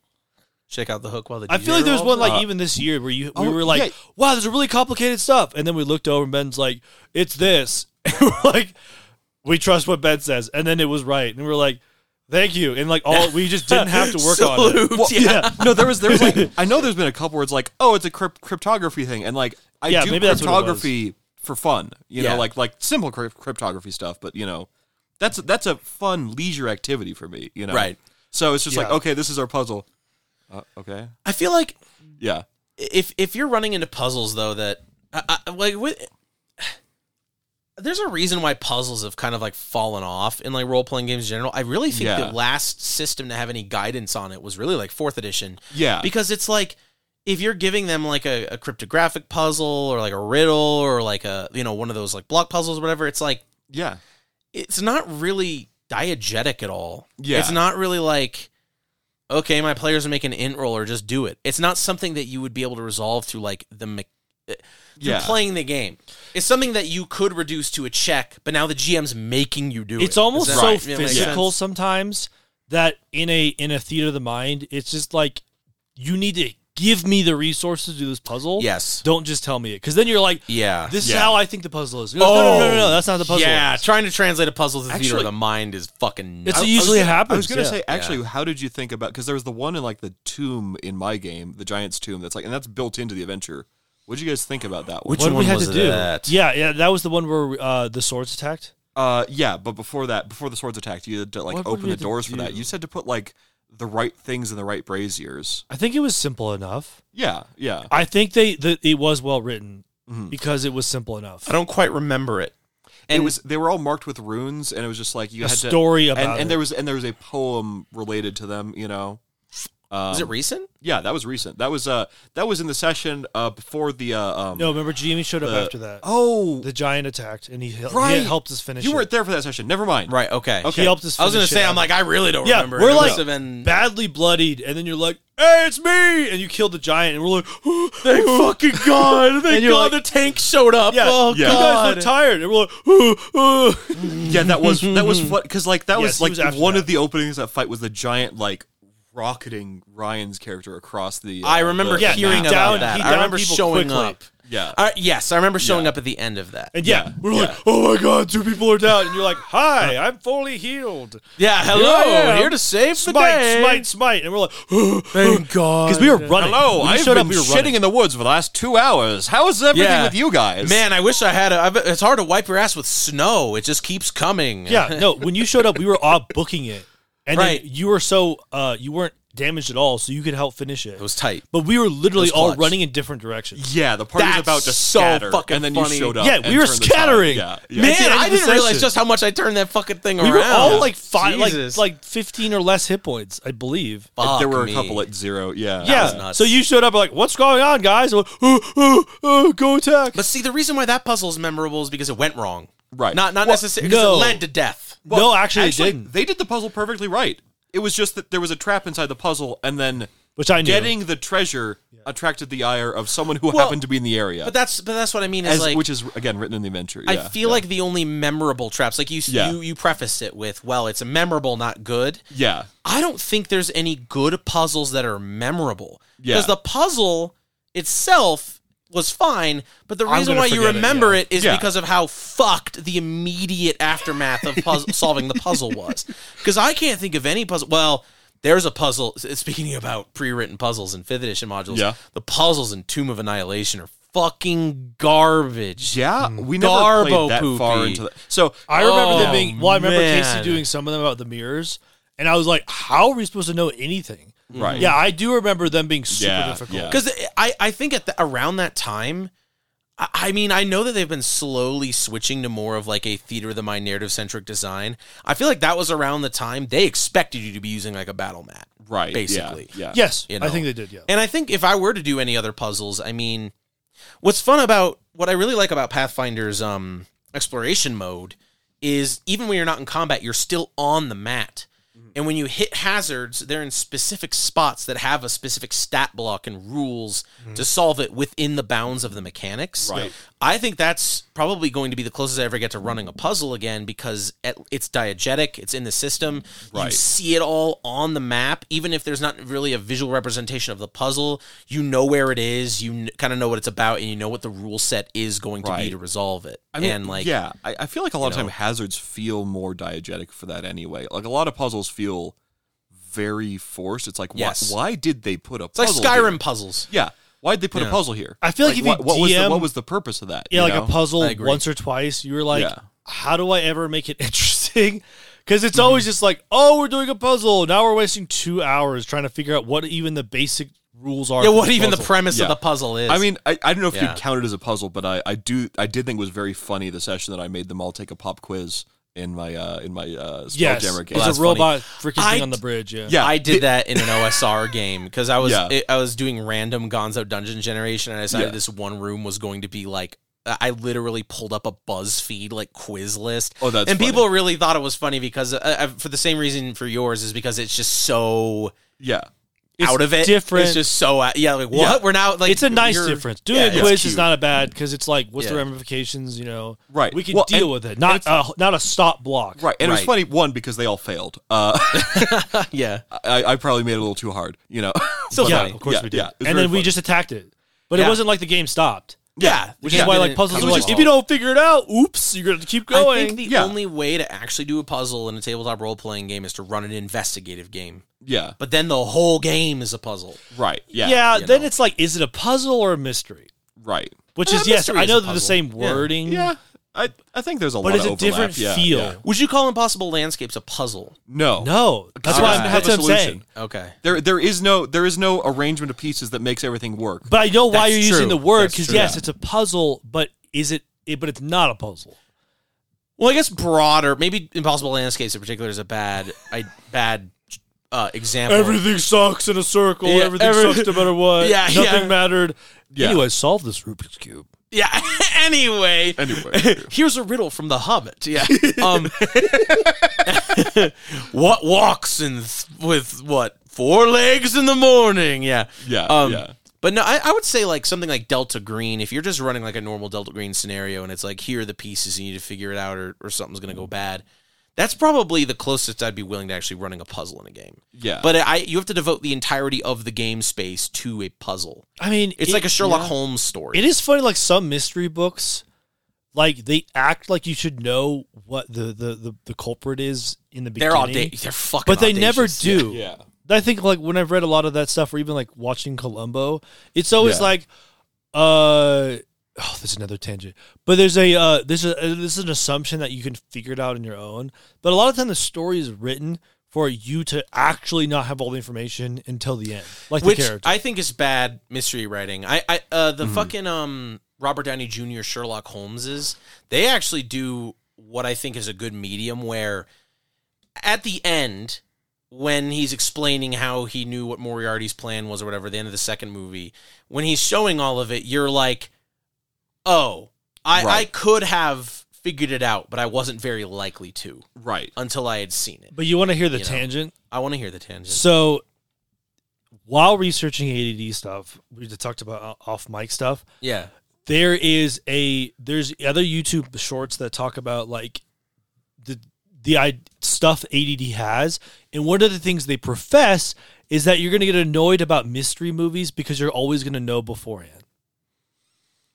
Speaker 2: Check out the hook while the.
Speaker 3: I
Speaker 2: DJ
Speaker 3: feel like there was
Speaker 2: rolls.
Speaker 3: one like
Speaker 1: Uh,
Speaker 3: even this year where you we
Speaker 1: oh,
Speaker 3: were like,
Speaker 1: yeah.
Speaker 3: "Wow, there's a really complicated stuff," and then we looked over and Ben's like, "It's this," and we're like, "We trust what Ben says," and then it was right, and we are like, "Thank you," and like all we just didn't have to work on it.
Speaker 2: Salute, yeah.
Speaker 1: No, there was there was like I know there's been a couple where it's like, oh, it's a crypt- cryptography thing, and like I
Speaker 3: Yeah,
Speaker 1: do
Speaker 3: maybe that's what it
Speaker 1: cryptography for fun, you
Speaker 2: Yeah.
Speaker 1: know, like like simple crypt- cryptography stuff, but you know, that's that's a fun leisure activity for me, you know,
Speaker 2: Right.
Speaker 1: So it's just like,
Speaker 3: Yeah.
Speaker 1: okay, this is our puzzle. Uh, okay,
Speaker 2: I feel like
Speaker 1: yeah,
Speaker 2: if if you're running into puzzles though that I, I, like with there's a reason why puzzles have kind of like fallen off in like role playing games in general. I really think
Speaker 1: Yeah.
Speaker 2: the last system to have any guidance on it was really like fourth edition.
Speaker 1: yeah,
Speaker 2: because it's like if you're giving them like a, a cryptographic puzzle or like a riddle or like a you know one of those like block puzzles or whatever it's like
Speaker 1: yeah,
Speaker 2: it's not really diegetic at all
Speaker 1: Yeah.
Speaker 2: it's not really like okay my players make an int roll or just do it it's not something that you would be able to resolve through like the me- through
Speaker 1: yeah.
Speaker 2: playing the game it's something that you could reduce to a check but now the gm's making you do it
Speaker 3: It's almost
Speaker 2: Does
Speaker 3: so
Speaker 2: that make
Speaker 3: physical
Speaker 2: sense?
Speaker 3: sometimes that in a in a theater of the mind, it's just like you need to give me the resources to do this puzzle.
Speaker 2: yes
Speaker 3: Don't just tell me it, because then you're like,
Speaker 2: yeah Oh.
Speaker 3: This is
Speaker 1: Yeah.
Speaker 3: how I think the puzzle is. No, no, no, no, no, no, that's not the puzzle.
Speaker 2: yeah trying to translate a puzzle to the theater of
Speaker 1: Actually-
Speaker 2: the mind is fucking nuts.
Speaker 3: It's
Speaker 1: I- I was
Speaker 3: usually
Speaker 1: gonna-
Speaker 3: happens.
Speaker 1: I was gonna
Speaker 3: yeah.
Speaker 1: say actually, how did you think about? Because there was the one in like the tomb in my game, the giant's tomb. That's like, and that's built into the adventure. What did you guys think about that? One?
Speaker 2: Which
Speaker 3: what did
Speaker 2: one
Speaker 3: we had
Speaker 2: was
Speaker 3: to do?
Speaker 2: that?
Speaker 3: Yeah, yeah, that was the one where uh, the swords attacked.
Speaker 1: Uh, yeah, but before that, before the swords attacked, you had to like
Speaker 3: What would
Speaker 1: open
Speaker 3: we
Speaker 1: the
Speaker 3: have to
Speaker 1: doors for that.
Speaker 3: do?
Speaker 1: You said to put like the right things in the right braziers.
Speaker 3: I think it was simple enough.
Speaker 1: Yeah, yeah.
Speaker 3: I think they that it was well written
Speaker 2: Mm-hmm.
Speaker 3: because it was simple enough.
Speaker 2: I don't quite remember it.
Speaker 1: it was they were all marked with runes, and it was just like you
Speaker 3: A
Speaker 1: had to-
Speaker 3: story about
Speaker 1: and,
Speaker 3: it.
Speaker 1: and there was and there was a poem related to them. You know, um,
Speaker 2: Is it recent?
Speaker 1: yeah, that was recent. That was uh that was in the session uh before the uh um
Speaker 3: no, remember Jimmy showed up
Speaker 2: Uh,
Speaker 1: the-
Speaker 3: after that.
Speaker 1: oh
Speaker 3: The giant attacked and he, hel- he
Speaker 1: Right.
Speaker 3: helped us finish.
Speaker 1: you
Speaker 3: it.
Speaker 1: weren't there for that session. Never mind.
Speaker 2: Right. Okay.
Speaker 1: Okay.
Speaker 3: He helped us.
Speaker 2: I was gonna
Speaker 3: finish
Speaker 2: say
Speaker 3: it.
Speaker 2: I'm like I really don't
Speaker 3: yeah,
Speaker 2: remember.
Speaker 3: we're
Speaker 2: It must
Speaker 3: like
Speaker 2: have been-
Speaker 3: badly bloodied, and then you're like, hey, it's me, and you killed the giant, and we're like, "Oh,
Speaker 2: Thank fucking God. Thank
Speaker 3: you're
Speaker 2: God
Speaker 3: like-
Speaker 2: the tank showed up.
Speaker 3: yeah,
Speaker 2: oh,
Speaker 1: yeah.
Speaker 3: you guys
Speaker 2: God.
Speaker 3: were tired, and we're like, "Oh, "Ooh, ooh."
Speaker 1: Yeah, that was that was what because like that
Speaker 3: Yes,
Speaker 1: was
Speaker 3: he
Speaker 1: like
Speaker 3: was after
Speaker 1: one
Speaker 3: that.
Speaker 1: of the openings. That fight was the giant like rocketing Ryan's character across the. uh,
Speaker 2: I remember
Speaker 1: the
Speaker 3: Yeah, he
Speaker 2: hearing about
Speaker 3: downed-
Speaker 2: that.
Speaker 3: he
Speaker 2: I
Speaker 3: downed
Speaker 2: remember
Speaker 3: people
Speaker 2: showing
Speaker 3: quickly.
Speaker 2: up.
Speaker 1: Yeah.
Speaker 2: Uh, yes, I remember showing up at the end of that.
Speaker 3: and yeah, we're like, oh my god, two people are down, and you're like, hi,
Speaker 2: Uh,
Speaker 3: I'm fully healed,
Speaker 2: Yeah, hello.
Speaker 3: Yeah, yeah.
Speaker 2: Here to save the day.
Speaker 3: smite, smite, smite, and we're like,
Speaker 2: Thank God.
Speaker 3: because we were running,
Speaker 1: Hello,
Speaker 3: When you
Speaker 1: I've
Speaker 3: showed
Speaker 1: been
Speaker 3: up, we were
Speaker 1: shitting
Speaker 3: running.
Speaker 1: in the woods for the last two hours. How is everything
Speaker 2: Yeah.
Speaker 1: with you guys?
Speaker 2: Man, I wish I had a. I bet- It's hard to wipe your ass with snow. It just keeps coming.
Speaker 3: Yeah, no. When you showed up, we were all booking it, and
Speaker 2: Right.
Speaker 3: then you were so uh, you weren't damaged at all, so you could help finish it.
Speaker 2: It was tight.
Speaker 3: but we were literally
Speaker 2: it was
Speaker 3: all
Speaker 2: clutch.
Speaker 3: running in different directions.
Speaker 1: yeah, the party was
Speaker 2: That's
Speaker 1: about to
Speaker 2: so
Speaker 1: scatter,
Speaker 2: fucking
Speaker 1: and then
Speaker 2: funny.
Speaker 1: you showed up.
Speaker 3: Yeah,
Speaker 1: and
Speaker 3: we were
Speaker 1: turned the tide.
Speaker 3: scattering.
Speaker 1: Yeah, yeah.
Speaker 2: Man,
Speaker 3: Man, At the end
Speaker 2: I
Speaker 3: of the
Speaker 2: didn't realize
Speaker 3: session.
Speaker 2: just how much I turned that fucking thing
Speaker 3: We
Speaker 2: around.
Speaker 3: were all like five,
Speaker 2: Jesus.
Speaker 3: like like fifteen or less hit points, I believe.
Speaker 2: Fuck
Speaker 1: there were a
Speaker 2: me.
Speaker 1: couple at zero. Yeah,
Speaker 2: was
Speaker 3: Yeah.
Speaker 2: nuts.
Speaker 3: So you showed up like, what's going on, guys? And we're, "Ooh, ooh, ooh, go attack.
Speaker 2: But see, the reason why that puzzle is memorable is because it went wrong.
Speaker 1: Right.
Speaker 2: Not not
Speaker 1: Well,
Speaker 2: necessarily
Speaker 3: no.
Speaker 2: it led to death.
Speaker 3: no, actually, it didn't.
Speaker 1: Oh, They did the puzzle perfectly right. It was just that there was a trap inside the puzzle, and then
Speaker 3: Which I knew.
Speaker 1: getting the treasure attracted the ire of someone who happened to be in the area,
Speaker 2: But that's but that's what I mean is
Speaker 1: as,
Speaker 2: like
Speaker 1: which is again written in the adventure.
Speaker 2: I
Speaker 1: yeah,
Speaker 2: feel
Speaker 1: yeah.
Speaker 2: like the only memorable traps like you
Speaker 1: Yeah.
Speaker 2: you you preface it with well it's a memorable not good.
Speaker 1: yeah,
Speaker 2: I don't think there's any good puzzles that are memorable.
Speaker 1: Yeah.
Speaker 2: Because the puzzle itself was fine, but the
Speaker 3: I'm
Speaker 2: reason
Speaker 3: gonna
Speaker 2: why you
Speaker 3: forget it,
Speaker 2: remember
Speaker 3: yeah.
Speaker 2: it is
Speaker 1: Yeah.
Speaker 2: because of how fucked the immediate aftermath of puzzle, solving the puzzle was. Because I can't think of any puzzle. Well, there's a puzzle. s- Speaking about pre-written puzzles in fifth edition modules,
Speaker 1: Yeah.
Speaker 2: the puzzles in Tomb of Annihilation are fucking garbage.
Speaker 1: yeah. We never
Speaker 2: Garbo
Speaker 1: played that far
Speaker 2: poopy.
Speaker 1: into the So
Speaker 3: I remember
Speaker 2: Oh,
Speaker 3: them being. Well, I remember
Speaker 2: man.
Speaker 3: Casey doing some of them about the mirrors, and I was like, "How are we supposed to know anything?"
Speaker 1: Right.
Speaker 3: Yeah, I do remember them being super
Speaker 1: Yeah,
Speaker 3: difficult.
Speaker 1: yeah.
Speaker 2: because I, I think at the, around that time I, I mean i know that they've been slowly switching to more of like a theater of the mind narrative centric design i feel like that was around the time they expected you to be using like a battle mat
Speaker 1: right, yeah,
Speaker 2: basically
Speaker 1: yeah,
Speaker 3: Yes,
Speaker 2: You
Speaker 3: I
Speaker 2: know.
Speaker 3: think they did. Yeah.
Speaker 2: and i think if i were to do any other puzzles i mean what's fun about what i really like about pathfinder's um exploration mode is even when you're not in combat you're still on the mat
Speaker 1: Mm-hmm.
Speaker 2: and when you hit hazards, they're in specific spots that have a specific stat block and rules to solve it within the bounds of the mechanics.
Speaker 1: Mm-hmm. Right.
Speaker 2: I think that's probably going to be the closest I ever get to running a puzzle again because at- it's diegetic, it's in the system. You
Speaker 1: Right.
Speaker 2: see it all on the map, even if there's not really a visual representation of the puzzle, you know where it is, you kn- kind of know what it's about, and you know what the rule set is going to be
Speaker 1: Right.
Speaker 2: to resolve it.
Speaker 1: I mean,
Speaker 2: and like,
Speaker 1: yeah, I, I feel like a lot of time hazards feel more diegetic for that anyway. Like a lot of puzzles feel very forced. It's like, why,
Speaker 2: Yes.
Speaker 1: why did they put a
Speaker 2: it's like
Speaker 1: puzzle?
Speaker 2: Skyrim
Speaker 1: Here?
Speaker 2: puzzles.
Speaker 1: Yeah, why did they put a puzzle here?
Speaker 3: I feel like if you
Speaker 1: what, what was the,
Speaker 3: DM
Speaker 1: what was the purpose of that?
Speaker 3: yeah,
Speaker 1: you
Speaker 3: like
Speaker 1: know?
Speaker 3: a puzzle
Speaker 2: I agree.
Speaker 3: once or twice, you were like,
Speaker 1: Yeah.
Speaker 3: "How do I ever make it interesting?" Because it's
Speaker 2: Mm-hmm.
Speaker 3: always just like, "Oh, we're doing a puzzle. Now we're wasting two hours trying to figure out what even the basic rules are."
Speaker 2: Yeah,
Speaker 3: for
Speaker 2: what even the
Speaker 3: puzzle."
Speaker 2: premise
Speaker 1: Yeah.
Speaker 2: of the puzzle is.
Speaker 1: I mean, I, I don't know if
Speaker 2: Yeah.
Speaker 1: you'd count it as a puzzle, but I, I do I did think it was very funny the session that I made them all take a pop quiz in my uh in my uh
Speaker 3: yes,
Speaker 1: Spelljammer game.
Speaker 2: Well, that's
Speaker 3: it's a
Speaker 2: funny.
Speaker 3: robot freaking
Speaker 2: I-
Speaker 3: thing on the bridge. Yeah,
Speaker 1: Yeah,
Speaker 2: I did
Speaker 1: it-
Speaker 2: that in an OSR game because I was
Speaker 1: Yeah.
Speaker 2: it, I was doing random Gonzo dungeon generation and I decided
Speaker 1: Yeah.
Speaker 2: this one room was going to be like I I literally pulled up a BuzzFeed like quiz list.
Speaker 1: Oh, that's
Speaker 2: and
Speaker 1: funny.
Speaker 2: people really thought it was funny because uh, uh, for the same reason for yours is because it's just so
Speaker 1: yeah.
Speaker 3: It's
Speaker 2: out of it.
Speaker 3: different.
Speaker 2: It's just so out- yeah. Like what we're now like
Speaker 3: it's a nice
Speaker 2: you're-
Speaker 3: difference. Doing
Speaker 2: yeah,
Speaker 3: a
Speaker 2: it's
Speaker 3: quiz
Speaker 2: cute.
Speaker 3: is not a bad because it's like, what's the
Speaker 2: Yeah.
Speaker 3: ramifications? You know,
Speaker 1: Right.
Speaker 3: We can
Speaker 1: Well,
Speaker 3: deal
Speaker 1: and-
Speaker 3: with it. Not a not a stop block.
Speaker 1: Right. And it
Speaker 2: Right.
Speaker 1: was funny, one, because they all failed. Uh
Speaker 2: yeah.
Speaker 1: I, I probably made it a little too hard, you know.
Speaker 2: So
Speaker 3: yeah,
Speaker 2: funny.
Speaker 3: of course
Speaker 1: Yeah,
Speaker 3: we did.
Speaker 1: yeah. It was
Speaker 3: and
Speaker 1: very
Speaker 3: then we
Speaker 1: funny.
Speaker 3: just attacked it, but
Speaker 2: Yeah.
Speaker 3: it wasn't like the game stopped.
Speaker 2: yeah,
Speaker 3: Which is why like puzzles
Speaker 2: are
Speaker 3: are like if you don't figure it out, oops, you're gonna keep going.
Speaker 2: I think the
Speaker 1: Yeah.
Speaker 2: only way to actually do a puzzle in a tabletop role playing game is to run an investigative game.
Speaker 1: yeah.
Speaker 2: But then the whole game is a puzzle.
Speaker 1: Right. Yeah.
Speaker 3: yeah,
Speaker 2: you
Speaker 3: then
Speaker 2: know.
Speaker 3: it's like, is it a puzzle or a mystery?
Speaker 1: Right.
Speaker 3: Which
Speaker 2: Uh,
Speaker 3: is yes,
Speaker 2: mystery
Speaker 3: I
Speaker 2: is a
Speaker 3: know they're the
Speaker 2: puzzle.
Speaker 3: same
Speaker 2: Yeah.
Speaker 3: wording,
Speaker 1: Yeah. I, I think there's a
Speaker 3: but
Speaker 1: lot
Speaker 3: it's
Speaker 1: of
Speaker 3: a
Speaker 1: overlap.
Speaker 3: different
Speaker 1: yeah,
Speaker 3: feel.
Speaker 1: yeah.
Speaker 2: Would you call impossible landscapes a puzzle?
Speaker 1: No.
Speaker 3: No, that's
Speaker 1: it
Speaker 3: why
Speaker 1: doesn't
Speaker 3: I'm,
Speaker 1: have
Speaker 3: that's
Speaker 1: a
Speaker 3: what I'm
Speaker 1: solution.
Speaker 3: saying.
Speaker 2: Okay.
Speaker 1: There there is no there is no arrangement of pieces that makes everything work.
Speaker 3: But I know
Speaker 2: That's
Speaker 3: why you're
Speaker 2: true.
Speaker 3: using the word
Speaker 2: That's
Speaker 3: because
Speaker 2: true.
Speaker 3: yes,
Speaker 2: Yeah.
Speaker 3: it's a puzzle, but is it? it but it's not a puzzle.
Speaker 2: Well, I guess broader, maybe impossible landscapes in particular is a bad, I, bad uh, example.
Speaker 3: Everything sucks in a circle.
Speaker 2: Yeah,
Speaker 3: everything
Speaker 2: every-
Speaker 3: sucks no matter what.
Speaker 2: Yeah,
Speaker 3: nothing
Speaker 2: yeah.
Speaker 3: mattered.
Speaker 1: Yeah.
Speaker 3: Anyway, solve this Rubik's cube.
Speaker 2: Yeah. anyway,
Speaker 1: Anyway.
Speaker 2: here's a riddle from The Hobbit. Yeah. Um, what walks in th- with what four legs in the morning. Yeah.
Speaker 1: Yeah,
Speaker 2: Um,
Speaker 1: yeah.
Speaker 2: But no, I, I would say like something like Delta Green. If you're just running like a normal Delta Green scenario and it's like here are the pieces and you need to figure it out or, or something's gonna go bad, that's probably the closest I'd be willing to actually running a puzzle in a game.
Speaker 1: Yeah.
Speaker 2: But I you have to devote the entirety of the game space to a puzzle.
Speaker 3: I mean,
Speaker 2: It's
Speaker 3: it-
Speaker 2: like a Sherlock
Speaker 3: yeah.
Speaker 2: Holmes story.
Speaker 3: It is funny, like some mystery books, like they act like you should know what the the the, the culprit is in the beginning.
Speaker 2: They're all day. They're fucking.
Speaker 3: but they never
Speaker 2: audacious. Yeah.
Speaker 3: do.
Speaker 1: yeah.
Speaker 3: I think like when I've read a lot of that stuff, or even like watching Columbo, it's always
Speaker 1: Yeah.
Speaker 3: like, uh, oh, there's another tangent. But there's a uh, there's a this is an assumption that you can figure it out on your own. But a lot of time the story is written for you to actually not have all the information until the end, like
Speaker 2: which
Speaker 3: the character. Mm-hmm.
Speaker 2: I think is bad mystery writing. I, I uh, the fucking um Robert Downey Jr. Sherlock Holmeses, they actually do what I think is a good medium where at the end when he's explaining how he knew what Moriarty's plan was or whatever, the end of the second movie, when he's showing all of it, you're like, oh, I, I
Speaker 1: Right.
Speaker 2: could have figured it out, but I wasn't very likely to
Speaker 1: Right.
Speaker 2: until I had seen it.
Speaker 3: but you want to hear the
Speaker 2: you know.
Speaker 3: tangent.
Speaker 2: I want to hear the tangent.
Speaker 3: So while researching ADD stuff, we just talked about o- off mic stuff.
Speaker 2: Yeah.
Speaker 3: There is a there's other YouTube shorts that talk about like the the I, stuff ADD has, and one of the things they profess is that you're going to get annoyed about mystery movies because you're always going to know beforehand.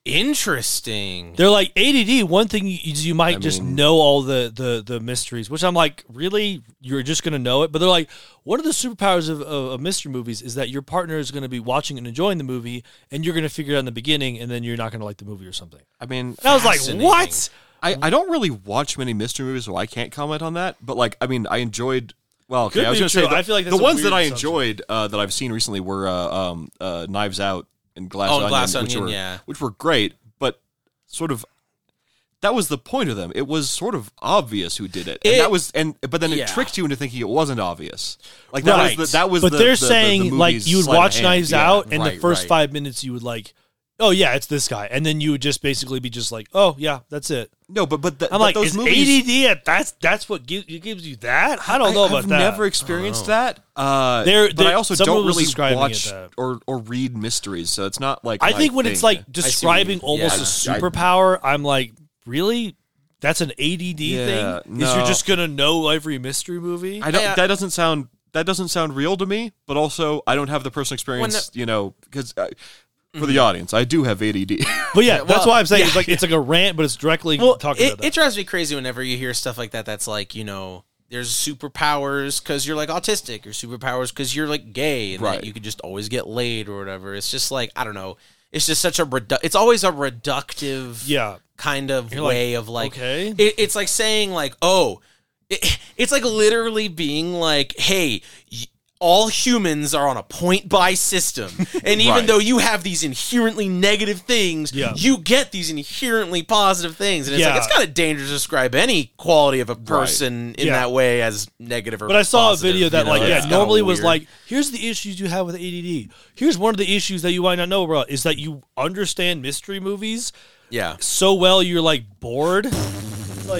Speaker 2: Interesting.
Speaker 3: They're like ADD. One thing you, you might
Speaker 1: I
Speaker 3: just
Speaker 1: mean-
Speaker 3: know all the, the the mysteries, which I'm like, really, you're just gonna know it. But they're like, one of the superpowers of, of, of mystery movies is that your partner is gonna be watching and enjoying the movie, and you're gonna figure it out in the beginning, and then you're not gonna like the movie or something.
Speaker 1: I mean,
Speaker 3: And I was like,
Speaker 2: Fascinating.
Speaker 3: what?
Speaker 1: I,
Speaker 3: Mm-hmm.
Speaker 1: I don't really watch many mystery movies, so I can't comment on that. But like, I mean, I enjoyed. Well, okay,
Speaker 3: Could
Speaker 1: I was
Speaker 3: be
Speaker 1: gonna say
Speaker 3: true.
Speaker 1: the,
Speaker 3: I feel like that's
Speaker 1: the
Speaker 3: a
Speaker 1: ones that
Speaker 3: weird
Speaker 1: I
Speaker 3: assumption.
Speaker 1: enjoyed uh, that I've seen recently were uh, um, uh, Knives Out and Glass
Speaker 2: Oh, and
Speaker 1: Onion,
Speaker 2: Glass
Speaker 1: which
Speaker 2: Onion,
Speaker 1: were
Speaker 2: yeah.
Speaker 1: which were great, but sort of that was the point of them. It was sort of obvious who did it, and
Speaker 2: It-
Speaker 1: that was and but then it
Speaker 2: yeah.
Speaker 1: tricked you into thinking it wasn't obvious. Like that
Speaker 3: Right.
Speaker 1: was the, that was.
Speaker 3: but
Speaker 1: the-
Speaker 3: they're
Speaker 1: the- the- the
Speaker 3: saying like
Speaker 1: movie's
Speaker 3: you would
Speaker 1: sleight of
Speaker 3: watch
Speaker 1: hand.
Speaker 3: Knives
Speaker 1: Yeah.
Speaker 3: Out, and the
Speaker 2: right,
Speaker 3: first
Speaker 2: right.
Speaker 3: five minutes you would like, oh yeah, it's this guy, and then you would just basically be just like, oh yeah, that's it.
Speaker 1: No, but but, the,
Speaker 3: I'm
Speaker 1: but
Speaker 3: like,
Speaker 1: those
Speaker 3: is
Speaker 1: movies.
Speaker 3: ADD? a- That's that's what gives, gives you that? I don't know about
Speaker 1: have
Speaker 3: that.
Speaker 1: never
Speaker 2: Oh.
Speaker 1: experienced that. Uh,
Speaker 3: There-
Speaker 1: but
Speaker 3: there-
Speaker 1: I also
Speaker 3: someone
Speaker 1: don't
Speaker 3: was
Speaker 1: really
Speaker 3: describing it
Speaker 1: watch
Speaker 3: that.
Speaker 1: or or read mysteries, so it's not like
Speaker 3: I
Speaker 1: my
Speaker 3: think when it's
Speaker 1: thing.
Speaker 3: like describing
Speaker 2: mean.
Speaker 3: almost
Speaker 1: Yeah.
Speaker 3: a superpower, I'm like, really? That's an ADD
Speaker 1: Yeah,
Speaker 3: thing? Is you're
Speaker 1: no.
Speaker 3: just gonna know every mystery movie?
Speaker 1: I don't.
Speaker 2: I-
Speaker 1: that doesn't sound. That doesn't sound real to me. But also, I don't have the personal experience. you know, because for
Speaker 2: Mm-hmm.
Speaker 1: the audience, I do have ADD.
Speaker 3: but yeah, that's
Speaker 2: well,
Speaker 3: why I'm saying
Speaker 2: yeah,
Speaker 3: it's like it's like a rant, but it's directly
Speaker 2: well,
Speaker 3: talking
Speaker 2: it,
Speaker 3: about that.
Speaker 2: it drives me crazy whenever you hear stuff like that. That's like you know, there's superpowers because you're like autistic, or superpowers because you're like gay, and
Speaker 1: Right.
Speaker 2: that you could just always get laid or whatever. It's just like I don't know. It's just such a redu- It's always a reductive,
Speaker 3: yeah.
Speaker 2: kind of
Speaker 3: You're like,
Speaker 2: way of like.
Speaker 3: okay.
Speaker 2: it- it's like saying like, oh, it, it's like literally being like, hey. Y- all humans are on a point by system. And even
Speaker 1: Right.
Speaker 2: though you have these inherently negative things,
Speaker 3: Yeah.
Speaker 2: you get these inherently positive things. And it's
Speaker 3: Yeah.
Speaker 2: like, it's kind of dangerous to describe any quality of a person in
Speaker 3: Yeah.
Speaker 2: that way as negative or
Speaker 3: But I saw
Speaker 2: positive,
Speaker 3: a video that
Speaker 2: you know?
Speaker 3: like
Speaker 2: It's
Speaker 3: yeah,
Speaker 2: kinda
Speaker 3: normally was
Speaker 2: weird.
Speaker 3: like, here's the issues you have with ADD. Here's one of the issues that you might not know about is that you understand mystery movies
Speaker 2: yeah.
Speaker 3: so well you're like bored.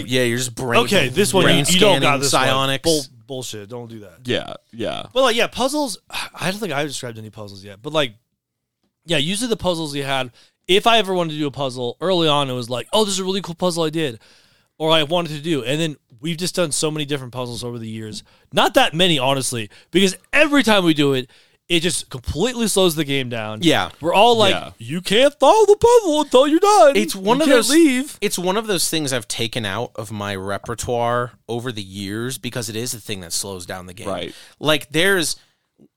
Speaker 2: Yeah, you're just brain.
Speaker 3: Okay, this one you,
Speaker 2: brain
Speaker 3: you don't got
Speaker 2: scanning,
Speaker 3: this
Speaker 2: psionics.
Speaker 3: one. Bull, bullshit, don't do that.
Speaker 1: yeah, yeah,
Speaker 3: But like, yeah, puzzles. I don't think I've described any puzzles yet. But like, yeah, usually the puzzles you had. If I ever wanted to do a puzzle early on, it was like, oh, this is a really cool puzzle I did, or I wanted to do. And then we've just done so many different puzzles over the years. Not that many, honestly, because every time we do it, it just completely slows the game down.
Speaker 2: Yeah.
Speaker 3: we're all like,
Speaker 1: Yeah.
Speaker 3: you can't solve the puzzle until you're done.
Speaker 2: It's one
Speaker 3: You
Speaker 2: of
Speaker 3: can't
Speaker 2: those
Speaker 3: leave.
Speaker 2: It's one of those things I've taken out of my repertoire over the years because it is the thing that slows down the game.
Speaker 1: Right.
Speaker 2: Like there's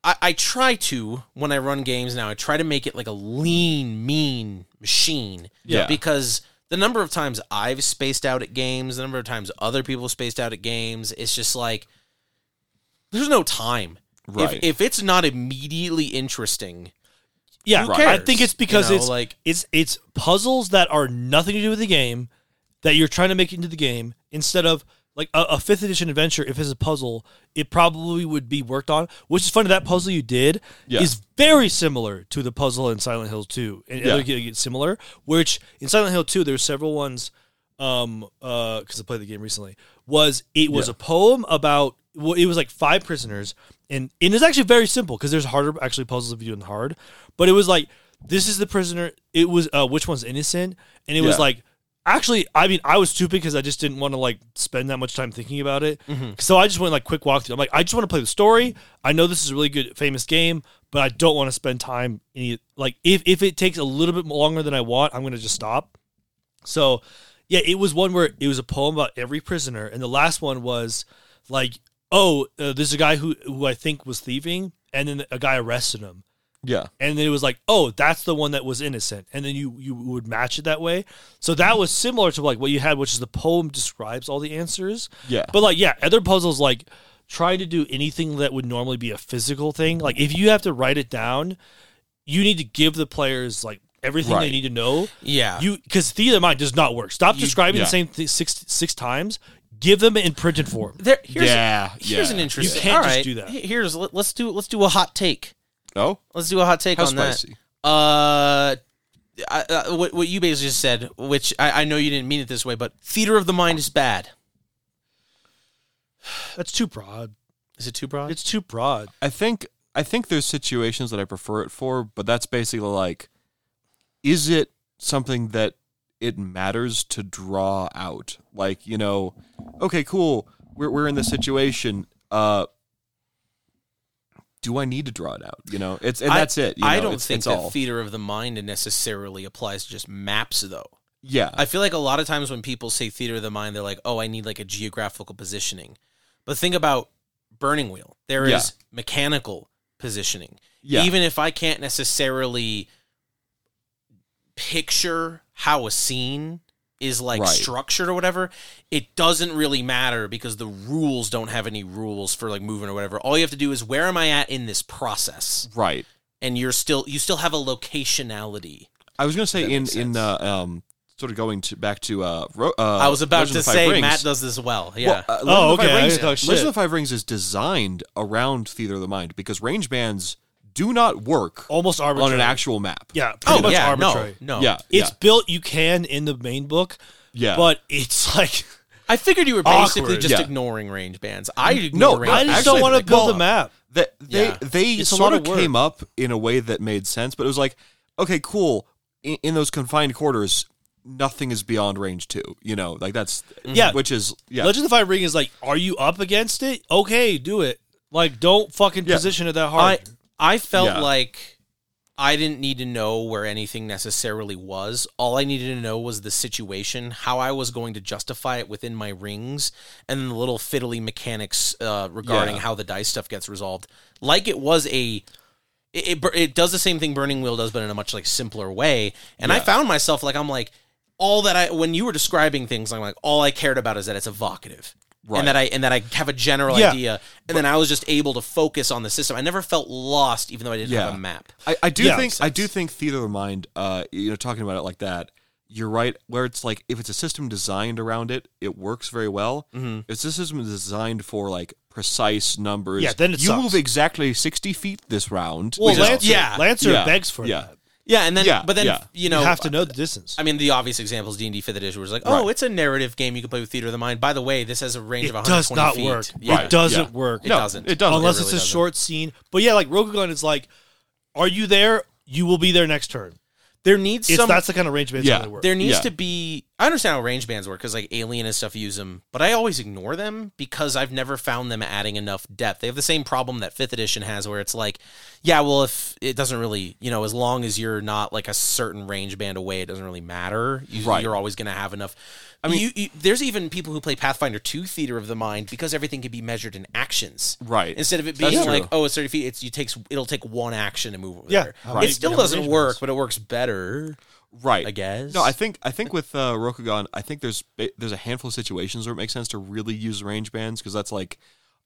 Speaker 2: I, I try to when I run games now, I try to make it like a lean, mean machine.
Speaker 1: Yeah.
Speaker 2: Because the number of times I've spaced out at games, the number of times other people spaced out at games, it's just like there's no time. If-
Speaker 1: Right.
Speaker 2: If, it's not immediately interesting,
Speaker 3: Yeah,
Speaker 2: Who
Speaker 3: I
Speaker 2: cares?
Speaker 3: think it's because
Speaker 2: You know,
Speaker 3: it's like
Speaker 2: like-
Speaker 3: it's it's puzzles that are nothing to do with the game that you're trying to make into the game instead of like a, a fifth edition adventure. If it's a puzzle, it probably would be worked on. Which is funny that puzzle you did
Speaker 1: Yeah.
Speaker 3: is very similar to the puzzle in Silent Hill Two, and
Speaker 1: Yeah.
Speaker 3: other it's similar. Which in Silent Hill Two, there's several ones um uh because I played the game recently. Was it was
Speaker 1: Yeah.
Speaker 3: a poem about well, it was like five prisoners, and and it's actually very simple because there's harder actually puzzles if you do it in hard, but it was like this is the prisoner. It was uh, which one's innocent, and it was
Speaker 1: Yeah.
Speaker 3: like actually I mean I was stupid because I just didn't want to like spend that much time thinking about it,
Speaker 1: Mm-hmm.
Speaker 3: so I just went like quick walkthrough. I'm like I just want to play the story. I know this is a really good famous game, but I don't want to spend time any like if if it takes a little bit longer than I want, I'm gonna just stop. So, yeah, it was one where it was a poem about every prisoner, and the last one was like, "Oh, uh, there's a guy who who I think was thieving, and then a guy arrested him,
Speaker 1: Yeah.
Speaker 3: and then it was like, oh, that's the one that was innocent, and then you you would match it that way. So that was similar to like what you had, which is the poem describes all the answers,
Speaker 1: Yeah.
Speaker 3: but like, yeah, other puzzles like trying to do anything that would normally be a physical thing. Like if you have to write it down, you need to give the players like everything they
Speaker 1: Right.
Speaker 3: need to know.
Speaker 2: Yeah.
Speaker 3: You because theater mind does not work. Stop describing
Speaker 1: yeah.
Speaker 3: the same thing six six times. Give them it in printed form.
Speaker 2: there, here's
Speaker 1: Yeah,
Speaker 2: here's
Speaker 1: yeah.
Speaker 2: an
Speaker 1: You
Speaker 2: interesting.
Speaker 3: can't
Speaker 2: all
Speaker 3: just
Speaker 2: right,
Speaker 3: do that.
Speaker 2: he- Here's let, us do let's do a hot take.
Speaker 1: Oh,
Speaker 2: Let's do a hot take
Speaker 1: how
Speaker 2: on
Speaker 1: spicy.
Speaker 2: that. Uh, I, uh, what, what you basically just said, which I, I know you didn't mean it this way, but theater of the mind is bad.
Speaker 3: That's too broad.
Speaker 2: Is it too broad?
Speaker 3: It's too broad.
Speaker 1: I think I think there's situations that I prefer it for, but that's basically like, is it something that it matters to draw out? Like you know, okay, cool, we're we're in this situation. Uh, do I need to draw it out? You know, it's and
Speaker 2: I-
Speaker 1: that's it. you
Speaker 2: I
Speaker 1: know,
Speaker 2: don't
Speaker 1: it's,
Speaker 2: think
Speaker 1: it's
Speaker 2: that
Speaker 1: all.
Speaker 2: theater of the mind necessarily applies to just maps, though.
Speaker 1: yeah,
Speaker 2: I feel like a lot of times when people say theater of the mind, they're like, "Oh, I need like a geographical positioning." But think about Burning Wheel. There is
Speaker 1: Yeah.
Speaker 2: mechanical positioning.
Speaker 1: yeah,
Speaker 2: Even if I can't necessarily picture how a scene is like
Speaker 1: Right.
Speaker 2: structured or whatever, it doesn't really matter because the rules don't have any rules for like moving or whatever. All you have to do is where am I at in this process?
Speaker 1: right.
Speaker 2: And you're still you still have a locationality.
Speaker 1: I was gonna say
Speaker 2: That
Speaker 1: in
Speaker 2: makes
Speaker 1: in
Speaker 2: sense.
Speaker 1: uh, um sort of going to back to uh, ro- uh
Speaker 2: I was about
Speaker 1: Legend
Speaker 2: to
Speaker 1: of the Five
Speaker 2: say
Speaker 1: Rings.
Speaker 2: Matt does this well. Yeah.
Speaker 1: Well, uh, Legend
Speaker 3: Oh,
Speaker 1: of the Five
Speaker 3: okay, I
Speaker 1: Rings-
Speaker 3: didn't talk shit.
Speaker 1: Legend of the Five Rings is designed around theater of the mind because range bands do not work
Speaker 3: Almost arbitrary.
Speaker 1: on an actual map.
Speaker 3: yeah, pretty
Speaker 2: oh
Speaker 3: much
Speaker 2: yeah,
Speaker 3: arbitrary.
Speaker 2: no, no.
Speaker 1: yeah,
Speaker 3: It's
Speaker 1: yeah,
Speaker 3: built you can in the main book,
Speaker 1: yeah.
Speaker 3: but it's like
Speaker 2: I figured you were basically
Speaker 3: Awkward.
Speaker 2: just
Speaker 1: Yeah.
Speaker 2: ignoring range bands. I ignore
Speaker 1: No,
Speaker 2: range
Speaker 1: no,
Speaker 3: I
Speaker 2: bands.
Speaker 3: just
Speaker 1: actually,
Speaker 3: don't want to
Speaker 1: like,
Speaker 3: build
Speaker 1: well,
Speaker 3: a map.
Speaker 1: that they
Speaker 2: yeah.
Speaker 1: they
Speaker 3: It's a
Speaker 1: sort
Speaker 3: lot
Speaker 1: of
Speaker 3: of work.
Speaker 1: came up in a way that made sense, but it was like, okay, cool. In, in those confined quarters, nothing is beyond range two. You know, like that's
Speaker 3: Yeah.
Speaker 1: which is yeah,
Speaker 3: Legend of the Five Ring is like, are you up against it? Okay, do it. Like, don't fucking
Speaker 1: Yeah.
Speaker 3: position it that
Speaker 2: I
Speaker 3: hard.
Speaker 2: I felt
Speaker 1: Yeah.
Speaker 2: like I didn't need to know where anything necessarily was. All I needed to know was the situation, how I was going to justify it within my rings, and the little fiddly mechanics uh, regarding
Speaker 1: Yeah.
Speaker 2: how the dice stuff gets resolved. Like it was a. It, it, bur- it does the same thing Burning Wheel does, but in a much like simpler way. And I found myself like I'm like all that I when you were describing things, I'm like all I cared about is that it's evocative,
Speaker 1: Right.
Speaker 2: and that I and that I have a general
Speaker 3: Yeah.
Speaker 2: idea, and then I was just able to focus on the system. I never felt lost, even though I didn't have
Speaker 1: Yeah.
Speaker 2: a map.
Speaker 1: I, I do
Speaker 3: Yeah.
Speaker 1: think I do think theater of the mind. Uh, you know, talking about it like that, you're right. Where it's like if it's a system designed around it, it works very well.
Speaker 3: Mm-hmm.
Speaker 1: If it's a system designed for like precise numbers,
Speaker 3: Yeah, then it
Speaker 1: you
Speaker 3: sucks.
Speaker 1: move exactly sixty feet this round.
Speaker 3: well,
Speaker 1: which is-
Speaker 3: Lancer,
Speaker 2: yeah,
Speaker 3: Lancer
Speaker 1: yeah,
Speaker 3: begs for
Speaker 1: yeah.
Speaker 3: that.
Speaker 2: Yeah, and then
Speaker 1: Yeah,
Speaker 2: but then
Speaker 1: yeah.
Speaker 2: you
Speaker 3: You
Speaker 2: know,
Speaker 3: have to know the distance.
Speaker 2: I mean, the obvious examples D and D Fifth Edition was like, oh,
Speaker 1: Right.
Speaker 2: it's a narrative game you can play with theater of the mind. By the way, this has a range of
Speaker 3: it
Speaker 2: 120
Speaker 3: does not
Speaker 2: feet.
Speaker 3: work.
Speaker 2: Yeah.
Speaker 1: Right.
Speaker 3: It doesn't
Speaker 1: Yeah.
Speaker 3: work.
Speaker 2: It
Speaker 1: no,
Speaker 2: doesn't.
Speaker 1: It doesn't.
Speaker 3: Unless
Speaker 2: It
Speaker 3: it's a
Speaker 2: really doesn't.
Speaker 3: short scene. But yeah, like Rokugan is like, are you there? You will be there next turn.
Speaker 2: There needs
Speaker 3: It's
Speaker 2: some.
Speaker 3: that's the kind of range based
Speaker 1: Yeah.
Speaker 3: yeah. work.
Speaker 2: there needs
Speaker 1: yeah.
Speaker 2: to be. I understand how range bands work because like Alien and stuff use them, but I always ignore them because I've never found them adding enough depth. They have the same problem that Fifth Edition has, where it's like, yeah, well, if it doesn't really, you know, as long as you're not like a certain range band away, it doesn't really matter. You,
Speaker 1: Right.
Speaker 2: You're always going to have enough. I mean, you, you, there's even people who play Pathfinder 2 Theater of the Mind because everything can be measured in actions.
Speaker 1: Right.
Speaker 2: Instead of it
Speaker 1: That's
Speaker 2: being
Speaker 1: true.
Speaker 2: like, oh, it's 30 feet, it's you takes it'll take one action to move over
Speaker 3: Yeah.
Speaker 2: there.
Speaker 3: Right.
Speaker 2: It still
Speaker 3: Yeah,
Speaker 2: doesn't
Speaker 3: range
Speaker 2: work,
Speaker 3: bands.
Speaker 2: but it works better.
Speaker 1: right.
Speaker 2: I guess.
Speaker 1: No, I think I think with uh, Rokugan, I think there's ba- there's a handful of situations where it makes sense to really use range bands because that's like,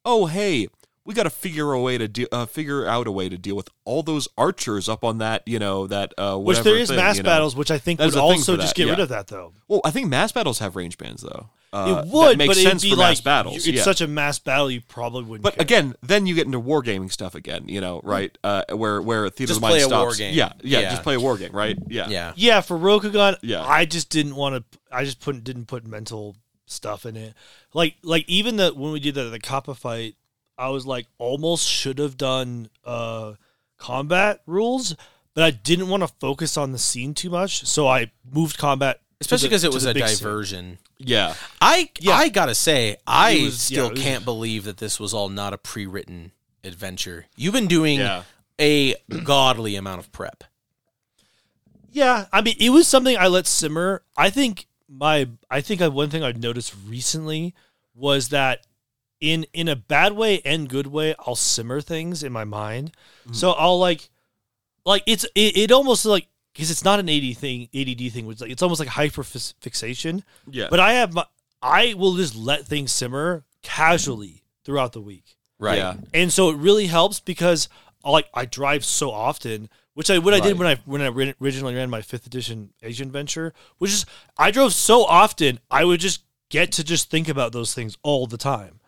Speaker 1: oh hey, we got to figure a way to de- uh, figure out a way to deal with all those archers up on that you know that uh,
Speaker 3: which
Speaker 1: whatever
Speaker 3: there is
Speaker 1: thing,
Speaker 3: mass
Speaker 1: you know.
Speaker 3: battles, which I think
Speaker 1: There's
Speaker 3: would
Speaker 1: a thing
Speaker 3: also
Speaker 1: for
Speaker 3: just
Speaker 1: that,
Speaker 3: get rid
Speaker 1: yeah.
Speaker 3: of that though.
Speaker 1: Well, I think mass battles have range bands though. Uh,
Speaker 3: it would,
Speaker 1: that
Speaker 3: but
Speaker 1: makes sense
Speaker 3: it'd be
Speaker 1: for
Speaker 3: like
Speaker 1: mass battles.
Speaker 3: It's
Speaker 1: yeah.
Speaker 3: such a mass battle, you probably wouldn't.
Speaker 1: but
Speaker 3: care.
Speaker 1: again, then you get into wargaming stuff again, you know, right? Uh,
Speaker 3: Mm-hmm.
Speaker 1: where where theater
Speaker 2: Just
Speaker 1: of the mind
Speaker 2: play a war
Speaker 1: stops.
Speaker 2: game.
Speaker 1: Yeah, yeah,
Speaker 2: Yeah.
Speaker 1: just play a war game, right? Yeah,
Speaker 2: Yeah.
Speaker 3: yeah, for Rokugan,
Speaker 1: Yeah.
Speaker 3: I just didn't want to. I just put didn't put mental stuff in it. Like like even the when we did the the coppa fight, I was like almost should have done uh combat rules, but I didn't want to focus on the scene too much, so I moved combat. to
Speaker 2: especially
Speaker 3: the-
Speaker 2: because it
Speaker 3: to
Speaker 2: was
Speaker 3: the
Speaker 2: a
Speaker 3: big scene.
Speaker 2: diversion.
Speaker 1: Yeah.
Speaker 2: I
Speaker 3: Yeah.
Speaker 2: I gotta say, I
Speaker 3: It was- yeah,
Speaker 2: still
Speaker 3: it was-
Speaker 2: can't believe that this was all not a pre-written adventure. You've been doing
Speaker 1: Yeah.
Speaker 2: a godly amount of prep.
Speaker 3: Yeah, I mean, it was something I let simmer. I think my, I think I, one thing I've noticed recently was that in in a bad way and good way, I'll simmer things in my mind. So I'll like, like it's it, it almost like because it's not an AD thing, ADD thing. Which like it's almost like hyper fix- fixation.
Speaker 1: Yeah.
Speaker 3: But I have, my, I will just let things simmer casually throughout the week.
Speaker 2: Right.
Speaker 1: Yeah.
Speaker 3: And so it really helps because uh, like I drive so often, which I what I did when I when I ran, originally ran my fifth edition Asian venture, which is I drove so often I would just get to just think about those things all the time,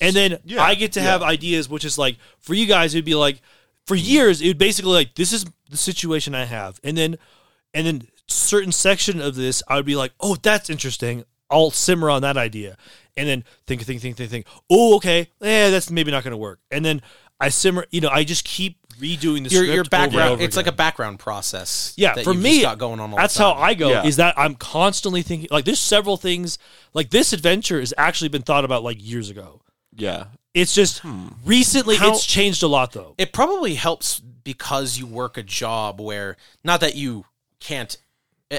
Speaker 3: and then
Speaker 1: Yeah,
Speaker 3: I get to have ideas, which is like for you guys it'd be like for years it would basically like this is the situation I have, and then and then certain section of this I would be like, oh, that's interesting. I'll simmer on that idea, and then think, think, think, think, think. Oh, okay, yeah, that's maybe not going to work. And then I simmer. You know, I just keep redoing the
Speaker 2: Your,
Speaker 3: script
Speaker 2: your
Speaker 3: over and
Speaker 2: background
Speaker 3: over
Speaker 2: it's like
Speaker 3: again.
Speaker 2: a background process
Speaker 3: Yeah,
Speaker 2: that
Speaker 3: for
Speaker 2: you've
Speaker 3: me,
Speaker 2: just got going on all
Speaker 3: That's
Speaker 2: the
Speaker 3: how
Speaker 2: time.
Speaker 3: I go.
Speaker 1: Yeah.
Speaker 3: Is that I'm constantly thinking. Like, there's several things. Like this adventure has actually been thought about like years ago.
Speaker 1: Yeah.
Speaker 3: It's just recently
Speaker 2: Hmm. How-
Speaker 3: it's changed a lot though.
Speaker 2: it probably helps because you work a job where not that you can't eh,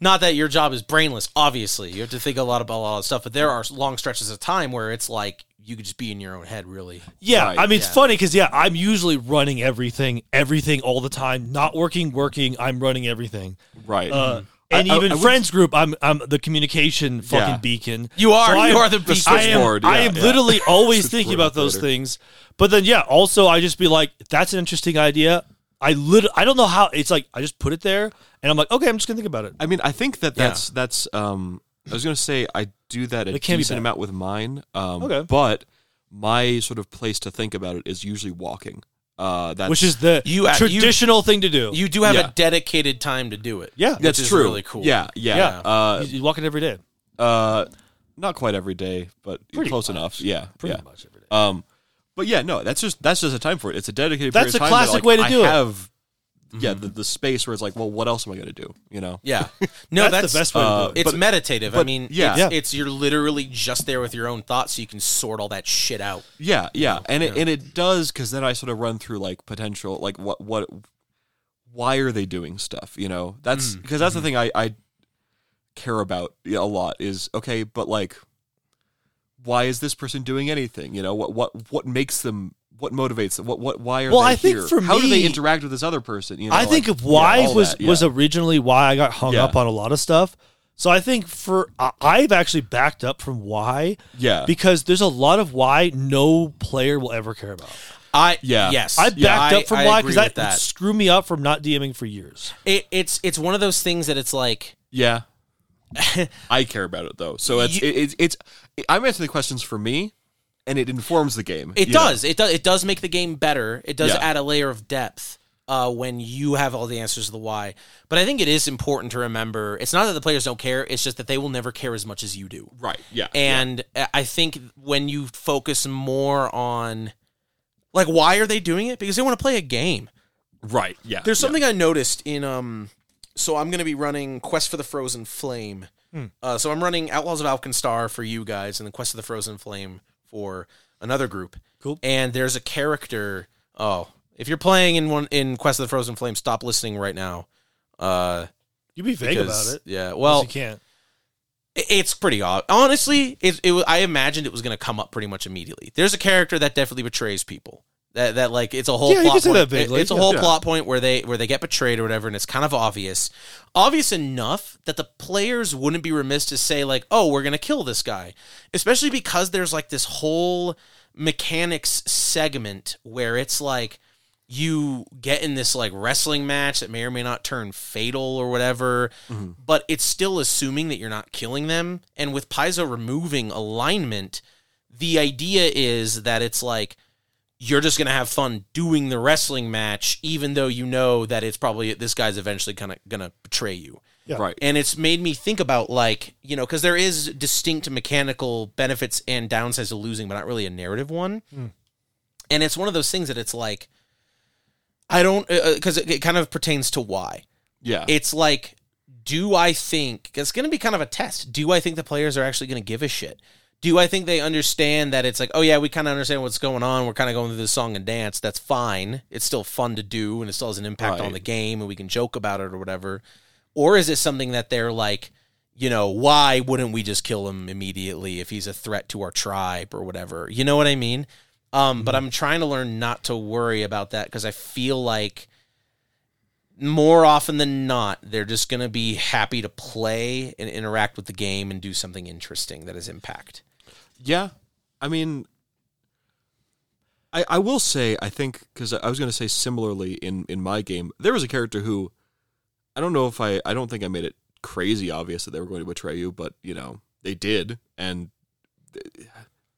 Speaker 2: not that your job is brainless obviously you have to think a lot about a lot of stuff but there are long stretches of time where it's like you could just be in your own head really
Speaker 3: Yeah,
Speaker 1: Right,
Speaker 3: I mean it's
Speaker 2: yeah.
Speaker 3: funny because yeah, I'm usually running everything, everything all the time. Not working, working. I'm running everything.
Speaker 1: Right.
Speaker 2: Hmm.
Speaker 3: Uh, and
Speaker 1: I- I
Speaker 3: even
Speaker 1: would-
Speaker 3: friends group, I'm I'm the communication fucking
Speaker 1: Yeah.
Speaker 3: beacon.
Speaker 2: You are,
Speaker 3: I
Speaker 2: you
Speaker 3: am-
Speaker 2: are the beacon.
Speaker 3: I am,
Speaker 1: Switchboard,
Speaker 3: I
Speaker 1: yeah,
Speaker 3: am
Speaker 1: yeah.
Speaker 3: literally always thinking
Speaker 1: Switchboard
Speaker 3: about those
Speaker 1: operator.
Speaker 3: things. But then yeah, also I just be like, that's an interesting idea. I lit- I don't know how it's like. I just put it there, and I'm like, okay, I'm just gonna think about it.
Speaker 1: I mean, I think that that's that's. Um, I was gonna say I do that a
Speaker 3: It can be
Speaker 1: decent
Speaker 3: bad.
Speaker 1: amount with mine. Um,
Speaker 3: Okay.
Speaker 1: but my sort of place to think about it is usually walking. Uh, that's
Speaker 3: Which is the
Speaker 2: You- you-
Speaker 3: traditional thing to do.
Speaker 2: you do have
Speaker 1: Yeah.
Speaker 2: a dedicated time to do it
Speaker 3: yeah,
Speaker 1: that's
Speaker 2: is
Speaker 1: true.
Speaker 2: really cool.
Speaker 1: Yeah, yeah.
Speaker 3: you, you walk it every day,
Speaker 1: Uh, uh, not quite every day, but
Speaker 3: Pretty
Speaker 1: close
Speaker 3: much.
Speaker 1: enough. Yeah,
Speaker 3: pretty
Speaker 1: yeah.
Speaker 3: much every day.
Speaker 1: Um, but yeah, no, that's just that's just a time for it. It's a dedicated.
Speaker 3: That's
Speaker 1: period of
Speaker 3: a
Speaker 1: time that,
Speaker 3: classic
Speaker 1: like,
Speaker 3: way to
Speaker 1: I
Speaker 3: do it. Mm-hmm.
Speaker 1: Have, yeah, the, the space where it's like, well, what else am I gonna do? You know.
Speaker 2: yeah no that's,
Speaker 3: that's, the best way to
Speaker 1: uh,
Speaker 3: do it.
Speaker 2: it's
Speaker 1: But-
Speaker 2: meditative i
Speaker 1: but,
Speaker 2: mean
Speaker 1: yeah.
Speaker 2: it's,
Speaker 3: Yeah.
Speaker 2: it's you're literally just there with your own thoughts so you can sort all that shit out
Speaker 1: Yeah, yeah, and it and it does because then I sort of run through like potential, like what what, why are they doing stuff? You know,
Speaker 3: Mm,
Speaker 1: that's because that's the
Speaker 3: mm-hmm.
Speaker 1: thing I I care about yeah, a lot is okay, but like, why is this person doing anything? You know, what what what makes them? What motivates them? What what? Why are
Speaker 3: Well,
Speaker 1: they
Speaker 3: I think
Speaker 1: here?
Speaker 3: for
Speaker 1: How do they
Speaker 3: me-
Speaker 1: interact with this other person? You know,
Speaker 3: I think
Speaker 1: like,
Speaker 3: of why
Speaker 1: yeah, all
Speaker 3: was
Speaker 1: that, yeah.
Speaker 3: was originally why I got hung
Speaker 1: Yeah.
Speaker 3: up on a lot of stuff. So I think for I- I've actually backed up from why
Speaker 1: yeah
Speaker 3: because there's a lot of why no player will ever care about.
Speaker 2: i
Speaker 1: Yeah.
Speaker 2: yes
Speaker 3: I backed
Speaker 2: Yeah,
Speaker 3: up from
Speaker 2: I
Speaker 3: why
Speaker 2: agree
Speaker 3: because that,
Speaker 2: with that.
Speaker 3: screwed me up from not DMing for years.
Speaker 2: It, it's it's one of those things that it's like
Speaker 1: yeah. I care about it though, so it's
Speaker 2: You-
Speaker 1: it, it's it's I'm answering the questions for me, and it informs the game.
Speaker 2: It
Speaker 1: you know?
Speaker 2: does. It does. It does make the game better. It does
Speaker 1: Yeah.
Speaker 2: add a layer of depth uh, when you have all the answers to the why. But I think it is important to remember. It's not that the players don't care. It's just that they will never care as much as you do.
Speaker 1: Right. Yeah.
Speaker 2: And uh, I- I think when you focus more on, like, why are they doing it? Because they want to play a game.
Speaker 1: Right. Yeah.
Speaker 2: There's something I noticed in um. So I'm gonna be running Quest for the Frozen Flame.
Speaker 3: Hmm.
Speaker 2: Uh, so I'm running Outlaws of Alkenstar for you guys, and the Quest of the Frozen Flame for another group.
Speaker 3: Cool.
Speaker 2: And there's a character. Oh, if you're playing in one in Quest of the Frozen Flame, stop listening right now. Uh,
Speaker 3: You be vague
Speaker 2: because-
Speaker 3: about it.
Speaker 2: Yeah.
Speaker 3: 'cause
Speaker 2: Well,
Speaker 3: you can't.
Speaker 2: it- it's pretty odd. Honestly, it, it wa- I imagined it was going to come up pretty much immediately. There's a character that definitely betrays people. That that like it's a whole
Speaker 3: Yeah, you
Speaker 2: plot
Speaker 3: can say
Speaker 2: point.
Speaker 3: that vaguely.
Speaker 2: It- it's a
Speaker 3: Yeah.
Speaker 2: whole
Speaker 1: Yeah.
Speaker 2: plot point where they where they get betrayed or whatever, and it's kind of obvious, obvious enough that the players wouldn't be remiss to say like, oh, we're going to kill this guy, especially because there's like this whole mechanics segment where it's like you get in this like wrestling match that may or may not turn fatal or whatever, but it's still assuming that you're not killing them. And with Paizo removing alignment, the idea is that it's like you're just gonna have fun doing the wrestling match, even though you know that it's probably this guy's eventually kind of gonna betray you.
Speaker 4: Yeah.
Speaker 1: Right.
Speaker 2: and it's made me think about like you know because there is distinct mechanical benefits and downsides to losing but not really a narrative one and it's one of those things that it's like i don't because it, it kind of pertains to why
Speaker 1: Yeah.
Speaker 2: it's like do i think 'cause it's going to be kind of a test do i think the players are actually going to give a shit do i think they understand that it's like oh yeah we kind of understand what's going on we're kind of going through this song and dance that's fine it's still fun to do and it still has an impact on
Speaker 1: Right.
Speaker 2: the game and we can joke about it or whatever or is it something that they're like you know why wouldn't we just kill him immediately if he's a threat to our tribe or whatever you know what i mean um, but
Speaker 3: Mm-hmm.
Speaker 2: i'm trying to learn not to worry about that because i feel like more often than not they're just going to be happy to play and interact with the game and do something interesting that has impact
Speaker 1: Yeah, I mean, I I will say I think because I was going to say similarly in in my game there was a character who I don't know if I I don't think I made it crazy obvious that they were going to betray you, but you know they did, and th-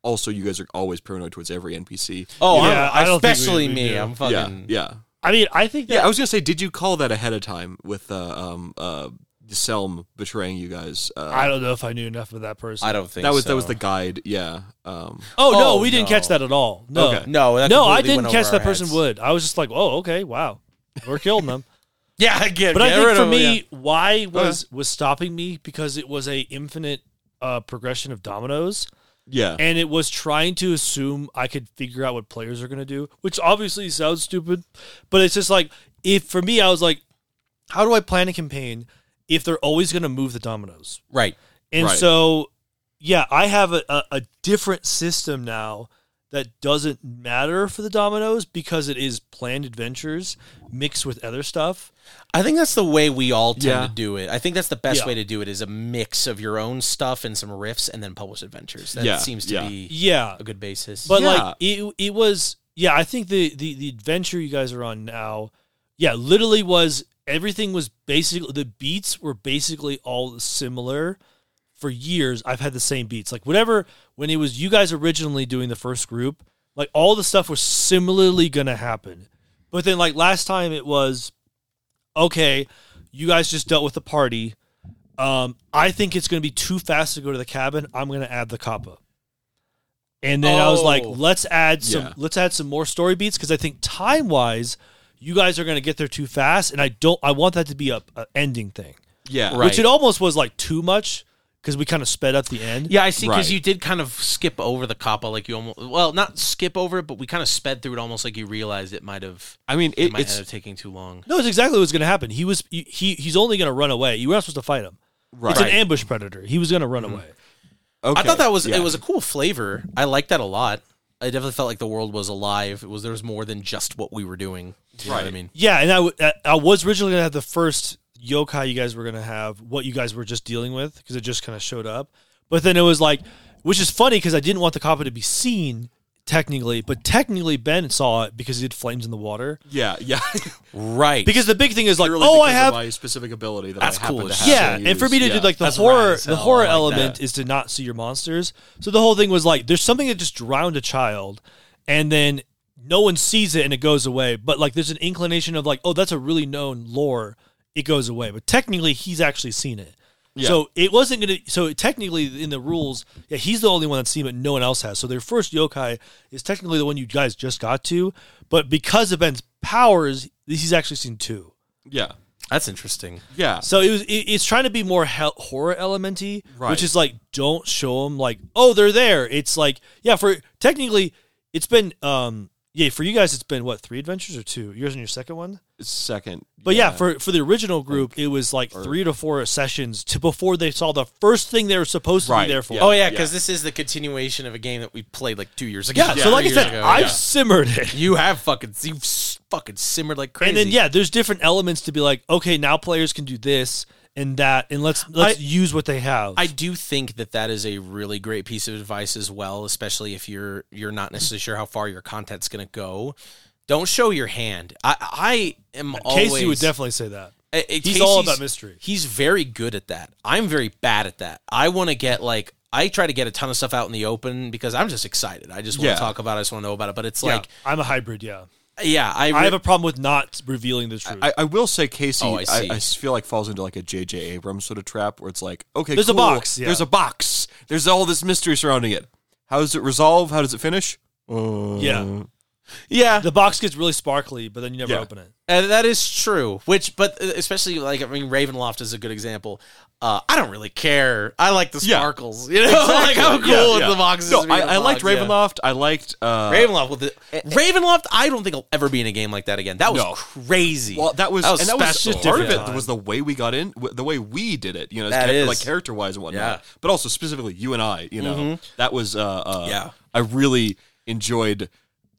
Speaker 1: also you guys are always paranoid towards every NPC.
Speaker 2: oh
Speaker 3: Yeah,
Speaker 2: I'm-
Speaker 3: I don't think we-
Speaker 2: especially
Speaker 3: we
Speaker 2: me
Speaker 3: do.
Speaker 2: i'm
Speaker 1: yeah,
Speaker 2: fucking
Speaker 1: yeah,
Speaker 4: I mean, I think that
Speaker 1: yeah. I was going to say, did you call that ahead of time with uh, um uh Selm betraying you guys? Uh,
Speaker 3: I don't know if I knew enough of that person.
Speaker 2: i don't think
Speaker 1: that was
Speaker 2: so.
Speaker 1: that was the guide. Yeah. Um.
Speaker 3: oh, no,
Speaker 2: Oh,
Speaker 3: we didn't
Speaker 2: no.
Speaker 3: catch that at all. No,
Speaker 1: Okay.
Speaker 2: no that
Speaker 3: no, I
Speaker 2: completely
Speaker 3: didn't
Speaker 2: went
Speaker 3: catch
Speaker 2: over
Speaker 3: that
Speaker 2: our
Speaker 3: person
Speaker 2: heads.
Speaker 3: would. I was just like, oh, okay, wow, we're killing them.
Speaker 2: yeah again
Speaker 3: But I
Speaker 2: get
Speaker 3: think
Speaker 2: rid
Speaker 3: for
Speaker 2: of him,
Speaker 3: me,
Speaker 2: yeah.
Speaker 3: why was was stopping me because it was a infinite uh, progression of dominoes,
Speaker 1: Yeah.
Speaker 3: and it was trying to assume I could figure out what players are going to do, which obviously sounds stupid, but it's just like if for me, I was like, how do I plan a campaign if they're always going to move the dominoes?
Speaker 2: right
Speaker 3: And
Speaker 1: Right.
Speaker 3: so, yeah, I have a, a, a different system now that doesn't matter for the dominoes because it is planned adventures mixed with other stuff.
Speaker 2: I think that's the way we all tend
Speaker 1: Yeah.
Speaker 2: to do it. I think that's the best
Speaker 3: Yeah.
Speaker 2: way to do it is a mix of your own stuff and some riffs and then published adventures. That
Speaker 1: Yeah,
Speaker 2: seems to
Speaker 1: yeah.
Speaker 2: be
Speaker 3: Yeah.
Speaker 2: a good basis.
Speaker 3: But
Speaker 1: Yeah.
Speaker 3: like it, it was yeah, I think the, the the adventure you guys are on now, yeah, literally was everything was basically the beats were basically all similar. For years, I've had the same beats. Like whatever when it was you guys originally doing the first group, like all the stuff was similarly gonna happen. But then like last time it was okay, you guys just dealt with the party. Um, I think it's gonna be too fast to go to the cabin. I'm gonna add the kappa. And then I was like,
Speaker 2: Oh.
Speaker 3: let's add some
Speaker 1: Yeah.
Speaker 3: let's add some more story beats because I think time wise, you guys are gonna get there too fast, and I don't I want that to be a, a ending thing.
Speaker 1: yeah.
Speaker 2: Right.
Speaker 3: Which it almost was like too much because we kind of sped up the end.
Speaker 2: yeah, I see. Because
Speaker 1: Right.
Speaker 2: you did kind of skip over the kappa, like you almost well, not skip over it, but we kind of sped through it, almost like you realized it might have
Speaker 1: I mean,
Speaker 2: it
Speaker 1: it,
Speaker 2: might
Speaker 1: it's
Speaker 2: end up taking too long.
Speaker 3: No, it's exactly what's going to happen. He was he, he he's only going to run away. You were not supposed to fight him.
Speaker 1: right.
Speaker 3: It's an ambush predator. He was going to run
Speaker 2: Mm-hmm.
Speaker 3: away.
Speaker 1: okay.
Speaker 2: I thought that was
Speaker 1: yeah.
Speaker 2: it was a cool flavor. I liked that a lot. I definitely felt like the world was alive. It was there was more than just what we were doing. You know what I
Speaker 1: Right.
Speaker 2: mean?
Speaker 3: Yeah, and I, w- I- I was originally going to have the first yokai you guys were going to have what you guys were just dealing with because it just kind of showed up. But then it was like, which is funny because I didn't want the copy to be seen technically, but technically Ben saw it because he had flames in the water.
Speaker 1: Yeah, yeah.
Speaker 2: Right.
Speaker 3: Because the big thing is like,
Speaker 1: Purely
Speaker 3: oh,
Speaker 1: because
Speaker 3: I
Speaker 1: of
Speaker 3: have
Speaker 1: my specific ability that
Speaker 2: That's
Speaker 1: I happen
Speaker 2: cool
Speaker 1: to
Speaker 2: as
Speaker 1: have.
Speaker 2: shit.
Speaker 3: yeah,
Speaker 1: to
Speaker 3: and for me to
Speaker 1: use.
Speaker 3: do like the
Speaker 2: That's
Speaker 3: horror,
Speaker 2: rad as
Speaker 3: the
Speaker 2: hell.
Speaker 3: horror
Speaker 2: I like
Speaker 3: element
Speaker 2: that.
Speaker 3: is to not see your monsters. So the whole thing was like, there's something that just drowned a child, and then no one sees it and it goes away. But like, there's an inclination of like, oh, that's a really known lore. It goes away, but technically, he's actually seen it.
Speaker 1: Yeah.
Speaker 3: So it wasn't gonna. So technically, in the rules, yeah, he's the only one that's seen it. No one else has. So their first yokai is technically the one you guys just got to, but because of Ben's powers, he's actually seen two.
Speaker 1: yeah,
Speaker 2: that's interesting.
Speaker 1: yeah,
Speaker 3: So it was. It, it's trying to be more hel- horror elementy,
Speaker 1: Right.
Speaker 3: which is like don't show them like oh they're there. It's like yeah for technically it's been um yeah for you guys it's been what three adventures or two yours and your second one.
Speaker 1: second.
Speaker 3: But yeah, for for the original group it was like three to four sessions to before they saw the first thing they were supposed to
Speaker 1: Right,
Speaker 3: be there for.
Speaker 1: yeah.
Speaker 2: Oh yeah, because this is the continuation of a game that we played like two years ago.
Speaker 3: yeah. so
Speaker 2: three
Speaker 3: like I
Speaker 2: years
Speaker 3: said,
Speaker 2: ago,
Speaker 3: I've
Speaker 2: yeah.
Speaker 3: simmered it.
Speaker 2: You have fucking you've s- fucking simmered like crazy.
Speaker 3: And then yeah, there's different elements to be like okay now players can do this and that and let's let's
Speaker 2: I-
Speaker 3: use what they have.
Speaker 2: I do think that that is a really great piece of advice as well, especially if you're you're not necessarily sure how far your content's going to go. Don't show your hand. I I am always
Speaker 3: Casey would definitely say that.
Speaker 2: Uh, uh,
Speaker 3: He's all
Speaker 2: Casey's-
Speaker 3: about mystery.
Speaker 2: He's very good at that. I'm very bad at that. I want to get like I try to get a ton of stuff out in the open because I'm just excited. I just want to
Speaker 1: Yeah.
Speaker 2: talk about it. I just want to know about it. But it's
Speaker 3: Yeah,
Speaker 2: like
Speaker 3: I'm a hybrid. Yeah.
Speaker 2: yeah, I,
Speaker 3: I have a problem with not revealing the truth.
Speaker 1: I, I will say Casey,
Speaker 2: Oh, I
Speaker 1: I,
Speaker 2: see.
Speaker 1: I, feel like falls into like a J.J. Abrams sort of trap where it's like, okay,
Speaker 3: There's a
Speaker 1: cool.
Speaker 3: box, yeah.
Speaker 1: There's a box. There's all this mystery surrounding it. How does it resolve? How does it finish? Uh,
Speaker 3: Yeah.
Speaker 2: yeah,
Speaker 3: the box gets really sparkly, but then you never
Speaker 1: Yeah.
Speaker 3: open it.
Speaker 2: Uh, that is true. Which, but uh, especially like I mean, Ravenloft is a good example. Uh, I don't really care. I like the
Speaker 1: Yeah.
Speaker 2: sparkles. You know, like I'm cool
Speaker 1: Yeah,
Speaker 2: with
Speaker 1: yeah.
Speaker 2: the boxes.
Speaker 1: No,
Speaker 2: being in
Speaker 1: I, I
Speaker 2: the
Speaker 1: liked
Speaker 2: box, yeah.
Speaker 1: Ravenloft. I liked uh,
Speaker 2: Ravenloft with it. Ravenloft. I don't think I'll ever be in a game like that again. That was
Speaker 1: No.
Speaker 2: crazy.
Speaker 1: Well, that was,
Speaker 2: that was
Speaker 1: and that
Speaker 2: special.
Speaker 1: was part of it.
Speaker 3: Different time.
Speaker 1: Was the way we got in, w- the way we did it. You know, as
Speaker 2: That
Speaker 1: char-
Speaker 2: is.
Speaker 1: like character wise and whatnot.
Speaker 2: Yeah.
Speaker 1: But also specifically you and I. You know, that was. Uh, uh,
Speaker 2: Yeah.
Speaker 1: I really enjoyed.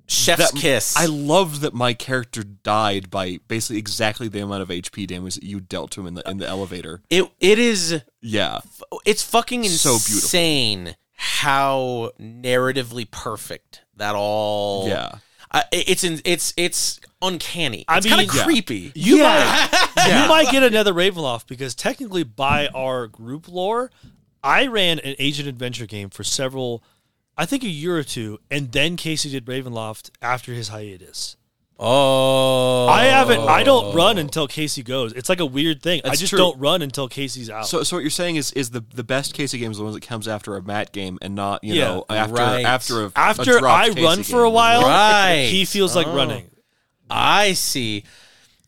Speaker 2: Chef's
Speaker 1: that-
Speaker 2: kiss.
Speaker 1: I loved that my character died by basically exactly the amount of HP damage that you dealt to him in the in the elevator.
Speaker 2: it. It is.
Speaker 1: Yeah,
Speaker 2: It's fucking
Speaker 1: So beautiful.
Speaker 2: insane how narratively perfect that all.
Speaker 1: yeah.
Speaker 2: Uh, it- it's in, it's it's uncanny.
Speaker 3: I
Speaker 2: It's kind
Speaker 3: mean-
Speaker 2: of
Speaker 3: Yeah.
Speaker 2: creepy.
Speaker 3: You might you might get another Ravenloft because technically by our group lore, I ran an agent adventure game for several I think a year or two, and then Casey did Ravenloft after his hiatus.
Speaker 2: Oh,
Speaker 3: I haven't I don't run until Casey goes. It's like a weird thing. I
Speaker 1: That's
Speaker 3: just
Speaker 1: true.
Speaker 3: don't run until Casey's out.
Speaker 1: So, so what you're saying is, is the the best Casey game is the one that comes after a mat game and not you
Speaker 3: Yeah.
Speaker 1: know after
Speaker 2: Right.
Speaker 1: after a,
Speaker 3: after
Speaker 1: a dropped
Speaker 3: I
Speaker 1: Casey
Speaker 3: run for a
Speaker 1: game.
Speaker 3: while,
Speaker 2: Right.
Speaker 3: he feels like
Speaker 2: Oh.
Speaker 3: running.
Speaker 2: I see.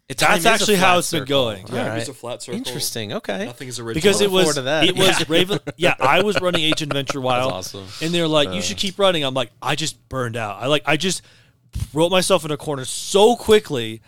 Speaker 2: It- time
Speaker 3: That's
Speaker 2: is a
Speaker 3: actually
Speaker 2: flat
Speaker 3: how it's been
Speaker 2: circle.
Speaker 3: going.
Speaker 2: All right.
Speaker 1: flat circle.
Speaker 2: Interesting. Okay.
Speaker 1: Nothing is original.
Speaker 3: because it
Speaker 2: Looking
Speaker 3: was
Speaker 2: forward to that.
Speaker 3: it was
Speaker 2: Yeah.
Speaker 3: Raven. Yeah, I was running Agent Venture Wild,
Speaker 2: awesome. Uh.
Speaker 3: and they're like, "You should keep running." I'm like, "I just burned out. I like I just wrote myself in a corner so quickly,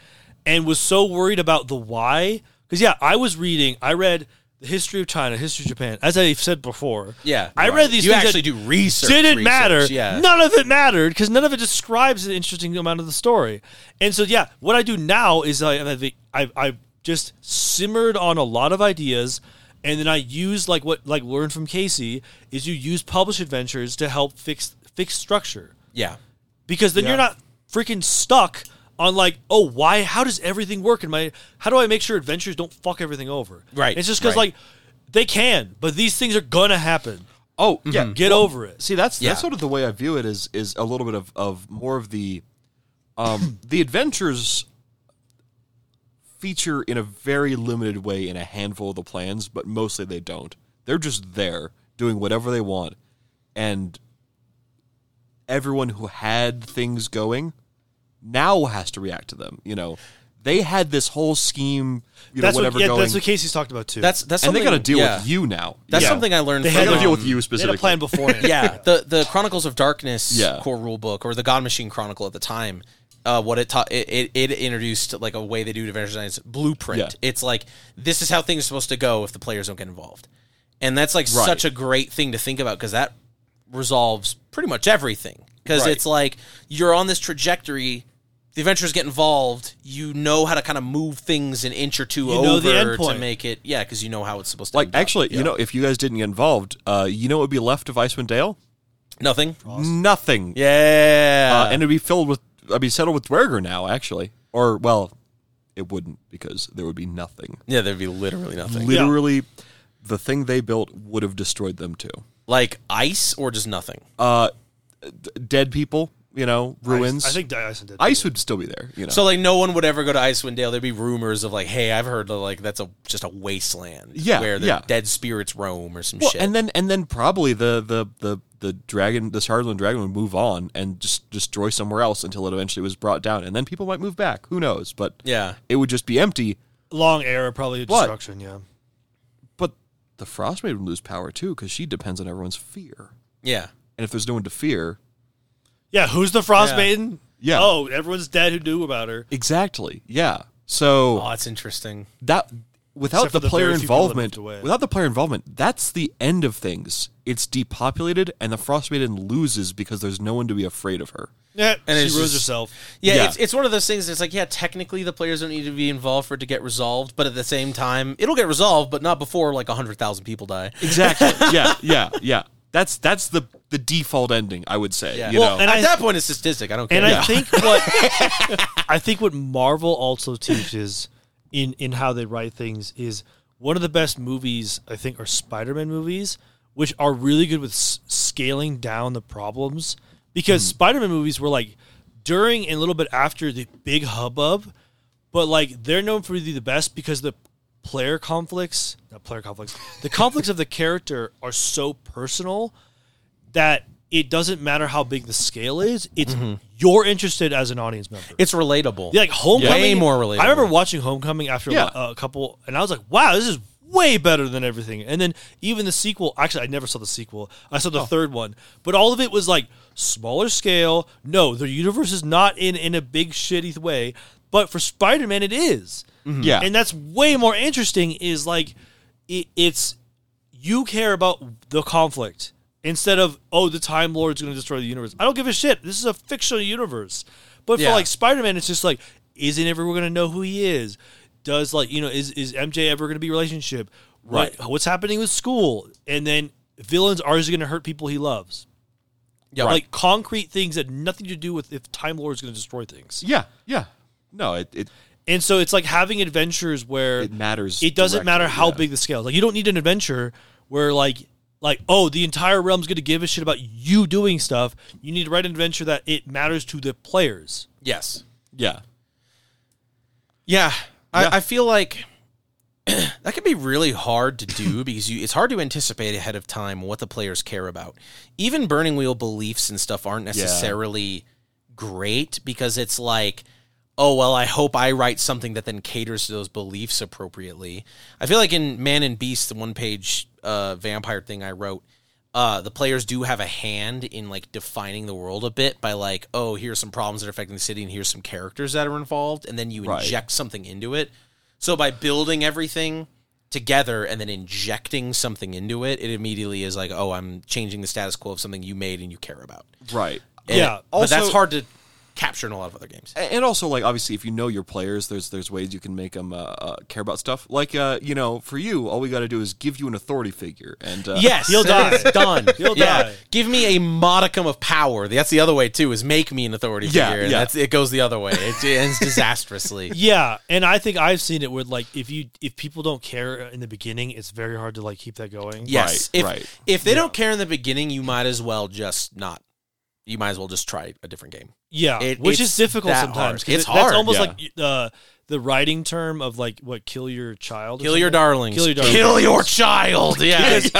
Speaker 3: and was so worried about the why." Because yeah, I was reading. I read the history of China, history of Japan, as I've said before.
Speaker 2: Yeah.
Speaker 3: I
Speaker 2: right.
Speaker 3: read these.
Speaker 2: You
Speaker 3: things that
Speaker 2: actually do research.
Speaker 3: Didn't
Speaker 2: research,
Speaker 3: matter.
Speaker 2: Yeah.
Speaker 3: None of it mattered because none of it describes the interesting amount of the story. And so, yeah, what I do now is I, I, think I, I just simmered on a lot of ideas, and then I use like what like learned from Casey is you use published adventures to help fix fix structure
Speaker 2: Yeah.
Speaker 3: because then
Speaker 1: Yeah.
Speaker 3: you're not freaking stuck on like oh why how does everything work in my how do i make sure adventures don't fuck everything over
Speaker 2: Right,
Speaker 3: it's just because
Speaker 2: right.
Speaker 3: like they can but these things are gonna happen
Speaker 1: Oh yeah,
Speaker 3: get over it
Speaker 1: See, that's
Speaker 2: Yeah.
Speaker 1: that's sort of the way I view it is is a little bit of, of more of the um, the adventures feature in a very limited way in a handful of the plans, but mostly they don't. They're just there doing whatever they want, and everyone who had things going now has to react to them. You know, they had this whole scheme, you know,
Speaker 3: that's
Speaker 1: whatever
Speaker 3: what, yeah,
Speaker 1: going,
Speaker 3: that's what Casey's talked about too.
Speaker 2: That's that's
Speaker 1: and they
Speaker 2: something
Speaker 1: got to deal
Speaker 2: yeah.
Speaker 1: with you now.
Speaker 2: That's
Speaker 1: Yeah.
Speaker 2: something I learned.
Speaker 3: They
Speaker 2: from,
Speaker 3: had
Speaker 1: They gotta
Speaker 3: to
Speaker 1: deal
Speaker 2: um,
Speaker 1: with you
Speaker 3: they had
Speaker 1: specifically.
Speaker 3: a plan beforehand.
Speaker 2: yeah, the the Chronicles of Darkness
Speaker 1: Yeah.
Speaker 2: core rule book or the God Machine Chronicle at the time. Uh, what it taught, it, it, it introduced like a way they do adventure design. It's blueprint.
Speaker 1: Yeah.
Speaker 2: It's like this is how things are supposed to go if the players don't get involved, and that's like such a great thing to think about because that resolves pretty much everything. Because
Speaker 1: Right.
Speaker 2: it's like you're on this trajectory. The adventurers get involved. You know how to kind of move things an inch or two
Speaker 3: You
Speaker 2: over
Speaker 3: know the
Speaker 2: to
Speaker 3: endpoint.
Speaker 2: make it, yeah, because you know how it's supposed to.
Speaker 1: Like
Speaker 2: end up.
Speaker 1: actually, you know, if you guys didn't get involved, uh, you know what would be left of Icewind Dale?
Speaker 2: nothing.
Speaker 1: Nothing.
Speaker 2: Yeah,
Speaker 1: Uh, and it'd be filled with I'd be settled with Dwerger now, actually. Or well, it wouldn't because there would be nothing.
Speaker 2: yeah, there'd be literally nothing.
Speaker 1: Literally the thing they built would have destroyed them too.
Speaker 2: like ice or just nothing.
Speaker 1: Uh d- dead people, you know, ruins.
Speaker 3: I think Dyson did.
Speaker 1: ice would still be there, you know.
Speaker 2: so like no one would ever go to Icewind Dale. There'd be rumors of like, hey, I've heard that, like that's a just a wasteland.
Speaker 1: Yeah,
Speaker 2: where the
Speaker 1: yeah.
Speaker 2: dead spirits roam or some
Speaker 1: well,
Speaker 2: shit.
Speaker 1: and then and then probably the the the the dragon, the Sardlin dragon would move on and just destroy somewhere else until it eventually was brought down, and then people might move back. Who knows? But
Speaker 2: yeah,
Speaker 1: it would just be empty.
Speaker 3: long era probably of
Speaker 1: What?
Speaker 3: destruction. Yeah,
Speaker 1: But the Frost Maid would lose power too because she depends on everyone's fear.
Speaker 2: yeah,
Speaker 1: And if there's no one to fear,
Speaker 3: yeah. Who's the Frost
Speaker 2: Yeah.
Speaker 3: Maiden?
Speaker 1: Yeah.
Speaker 3: Oh, everyone's dead who knew about her.
Speaker 1: exactly, yeah. So
Speaker 2: oh, that's interesting.
Speaker 1: that without
Speaker 3: Except for
Speaker 1: the
Speaker 3: the
Speaker 1: player
Speaker 3: very few people that moved
Speaker 1: involvement,
Speaker 3: away.
Speaker 1: without the player involvement, that's the end of things. It's depopulated, and the Frost Maiden loses because there's no one to be afraid of her.
Speaker 3: Yeah,
Speaker 2: And
Speaker 3: she
Speaker 2: it's
Speaker 3: ruins
Speaker 2: just-
Speaker 3: herself.
Speaker 2: Yeah,
Speaker 1: Yeah.
Speaker 2: It's, it's one of those things. It's like yeah, technically the players don't need to be involved for it to get resolved, but at the same time, it'll get resolved, but not before like hundred thousand people die.
Speaker 1: Exactly. yeah, yeah, yeah. That's that's the the default ending, I would say. You
Speaker 2: well,
Speaker 1: know,
Speaker 2: and
Speaker 3: And
Speaker 2: at
Speaker 3: I-
Speaker 2: that point, it's a statistic. I don't care.
Speaker 3: And I think what I think what Marvel also teaches in in how they write things is one of the best movies I think are Spider-Man movies, which are really good with s- scaling down the problems because Spider-Man movies were like during and a little bit after the big hubbub, but like they're known for the, the best because the player conflicts, not player conflicts, the conflicts of the character are so personal that it doesn't matter how big the scale is. It's you're interested as an audience member.
Speaker 2: It's relatable.
Speaker 3: Yeah, like Homecoming.
Speaker 2: Way more relatable.
Speaker 3: I remember watching Homecoming after
Speaker 1: Yeah.
Speaker 3: a, a couple, and I was like, "Wow, this is way better than everything." And then even the sequel. Actually, I never saw the sequel. I saw the third one, but all of it was like smaller scale. No, the universe is not in in a big shitty way, but for Spider Man, it is.
Speaker 1: Yeah.
Speaker 3: and that's way more interesting. Is like it, it's you care about the conflict instead of oh the time lord's going to destroy the universe i don't give a shit this is a fictional universe but
Speaker 2: Yeah.
Speaker 3: for like spider-man it's just like isn't everyone going to know who he is does like you know is, is mj ever going to be a relationship right what's happening with school and then villains are going to hurt people he loves
Speaker 2: Yeah.
Speaker 3: like concrete things that nothing to do with if time lord's going to destroy things
Speaker 1: yeah, yeah. No, it it,
Speaker 3: and so it's like having adventures where
Speaker 1: it matters.
Speaker 3: it doesn't matter
Speaker 1: directly,
Speaker 3: how
Speaker 1: yeah.
Speaker 3: big the scale. is. Like you don't need an adventure where like like oh the entire realm's going to give a shit about you doing stuff. You need to write an adventure that it matters to the players.
Speaker 2: yes.
Speaker 1: Yeah,
Speaker 2: Yeah. I,
Speaker 1: Yeah.
Speaker 2: I feel like that can be really hard to do because you, it's hard to anticipate ahead of time what the players care about. Even Burning Wheel beliefs and stuff aren't necessarily great because it's like, oh, well, I hope I write something that then caters to those beliefs appropriately. I feel like in Man and Beast, the one page uh, vampire thing I wrote, uh, the players do have a hand in like defining the world a bit by like, oh, here's some problems that are affecting the city, and here's some characters that are involved, and then you
Speaker 1: Right.
Speaker 2: inject something into it. So by building everything together and then injecting something into it, it immediately is like, oh, I'm changing the status quo of something you made and you care about.
Speaker 1: right.
Speaker 2: And-
Speaker 3: Yeah,
Speaker 2: but that's
Speaker 1: also-
Speaker 2: hard to capture in a lot of other games.
Speaker 1: A- and also like obviously if you know your players there's there's ways you can make them uh, uh, care about stuff like uh, you know for you all we got to do is give you an authority figure and uh,
Speaker 2: Yes,
Speaker 3: He'll die.
Speaker 2: It's done.
Speaker 3: He'll
Speaker 2: yeah.
Speaker 3: die.
Speaker 2: Give me a modicum of power. That's the other way too. Is make me an authority
Speaker 1: Yeah,
Speaker 2: figure. and
Speaker 1: yeah.
Speaker 2: That's, it goes the other way. It, it ends disastrously.
Speaker 3: Yeah, and I think I've seen it with like if you if people don't care in the beginning, it's very hard to like keep that going.
Speaker 2: Yes.
Speaker 1: Right,
Speaker 2: if
Speaker 1: right.
Speaker 2: if they don't care in the beginning, you might as well just not. You might as well just try a different game.
Speaker 3: yeah,
Speaker 2: It-
Speaker 3: which
Speaker 2: it's
Speaker 3: is difficult
Speaker 2: that
Speaker 3: sometimes.
Speaker 2: hard.
Speaker 3: 'cause
Speaker 2: It's
Speaker 3: it- That's
Speaker 2: hard,
Speaker 3: almost
Speaker 1: yeah.
Speaker 3: like uh, the writing term of like what kill your child, or
Speaker 2: Kill your
Speaker 3: something.
Speaker 2: darlings.
Speaker 3: Kill your darlings.
Speaker 2: Kill your child. Yes.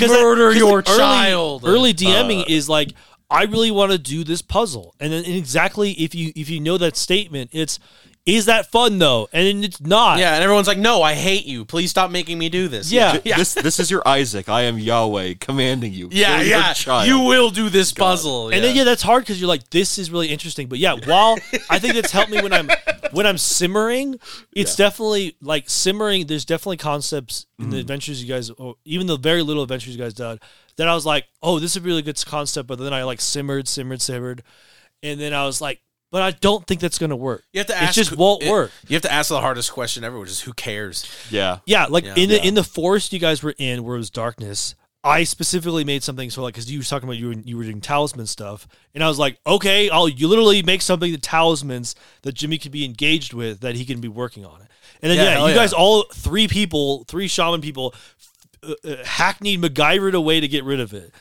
Speaker 3: murder
Speaker 2: your child. Uh,
Speaker 3: Early DMing is like, I really want to do this puzzle, and then and exactly if you if you know that statement, it's is that fun though, and then it's not.
Speaker 2: Yeah, and everyone's like, "No, I hate you. Please stop making me do this."
Speaker 3: Yeah.
Speaker 2: yeah,
Speaker 1: this this is your Isaac I am Yahweh commanding you
Speaker 2: yeah.
Speaker 1: Kill your
Speaker 2: yeah.
Speaker 1: child.
Speaker 2: You will do this puzzle.
Speaker 3: And then yeah, that's hard because you're like, this is really interesting. But yeah, while I think that's helped me when I'm when I'm simmering, it's definitely like simmering. There's definitely concepts in
Speaker 2: Mm-hmm.
Speaker 3: the adventures you guys, or even the very little adventures you guys did, that I was like, oh, this is a really good concept. But then I like simmered, simmered, simmered, and then I was like, but I don't think that's gonna work.
Speaker 2: You have to
Speaker 3: It
Speaker 2: ask.
Speaker 3: just
Speaker 2: who-
Speaker 3: won't
Speaker 2: it-
Speaker 3: work.
Speaker 2: You have to ask the hardest question ever, which is who cares.
Speaker 1: yeah
Speaker 3: Yeah, like
Speaker 2: Yeah.
Speaker 3: in the
Speaker 1: Yeah.
Speaker 3: in the forest you guys were in where it was darkness. I specifically made something so like because you were talking about you were, you were doing talisman stuff, and I was like, okay, I'll you literally make something the talismans that Jimmy could be engaged with that he can be working on it. And then
Speaker 2: Yeah,
Speaker 3: yeah,
Speaker 2: hell
Speaker 3: you
Speaker 2: yeah.
Speaker 3: guys all three people, three shaman people, uh, uh, hackneyed MacGyvered a way to get rid of it.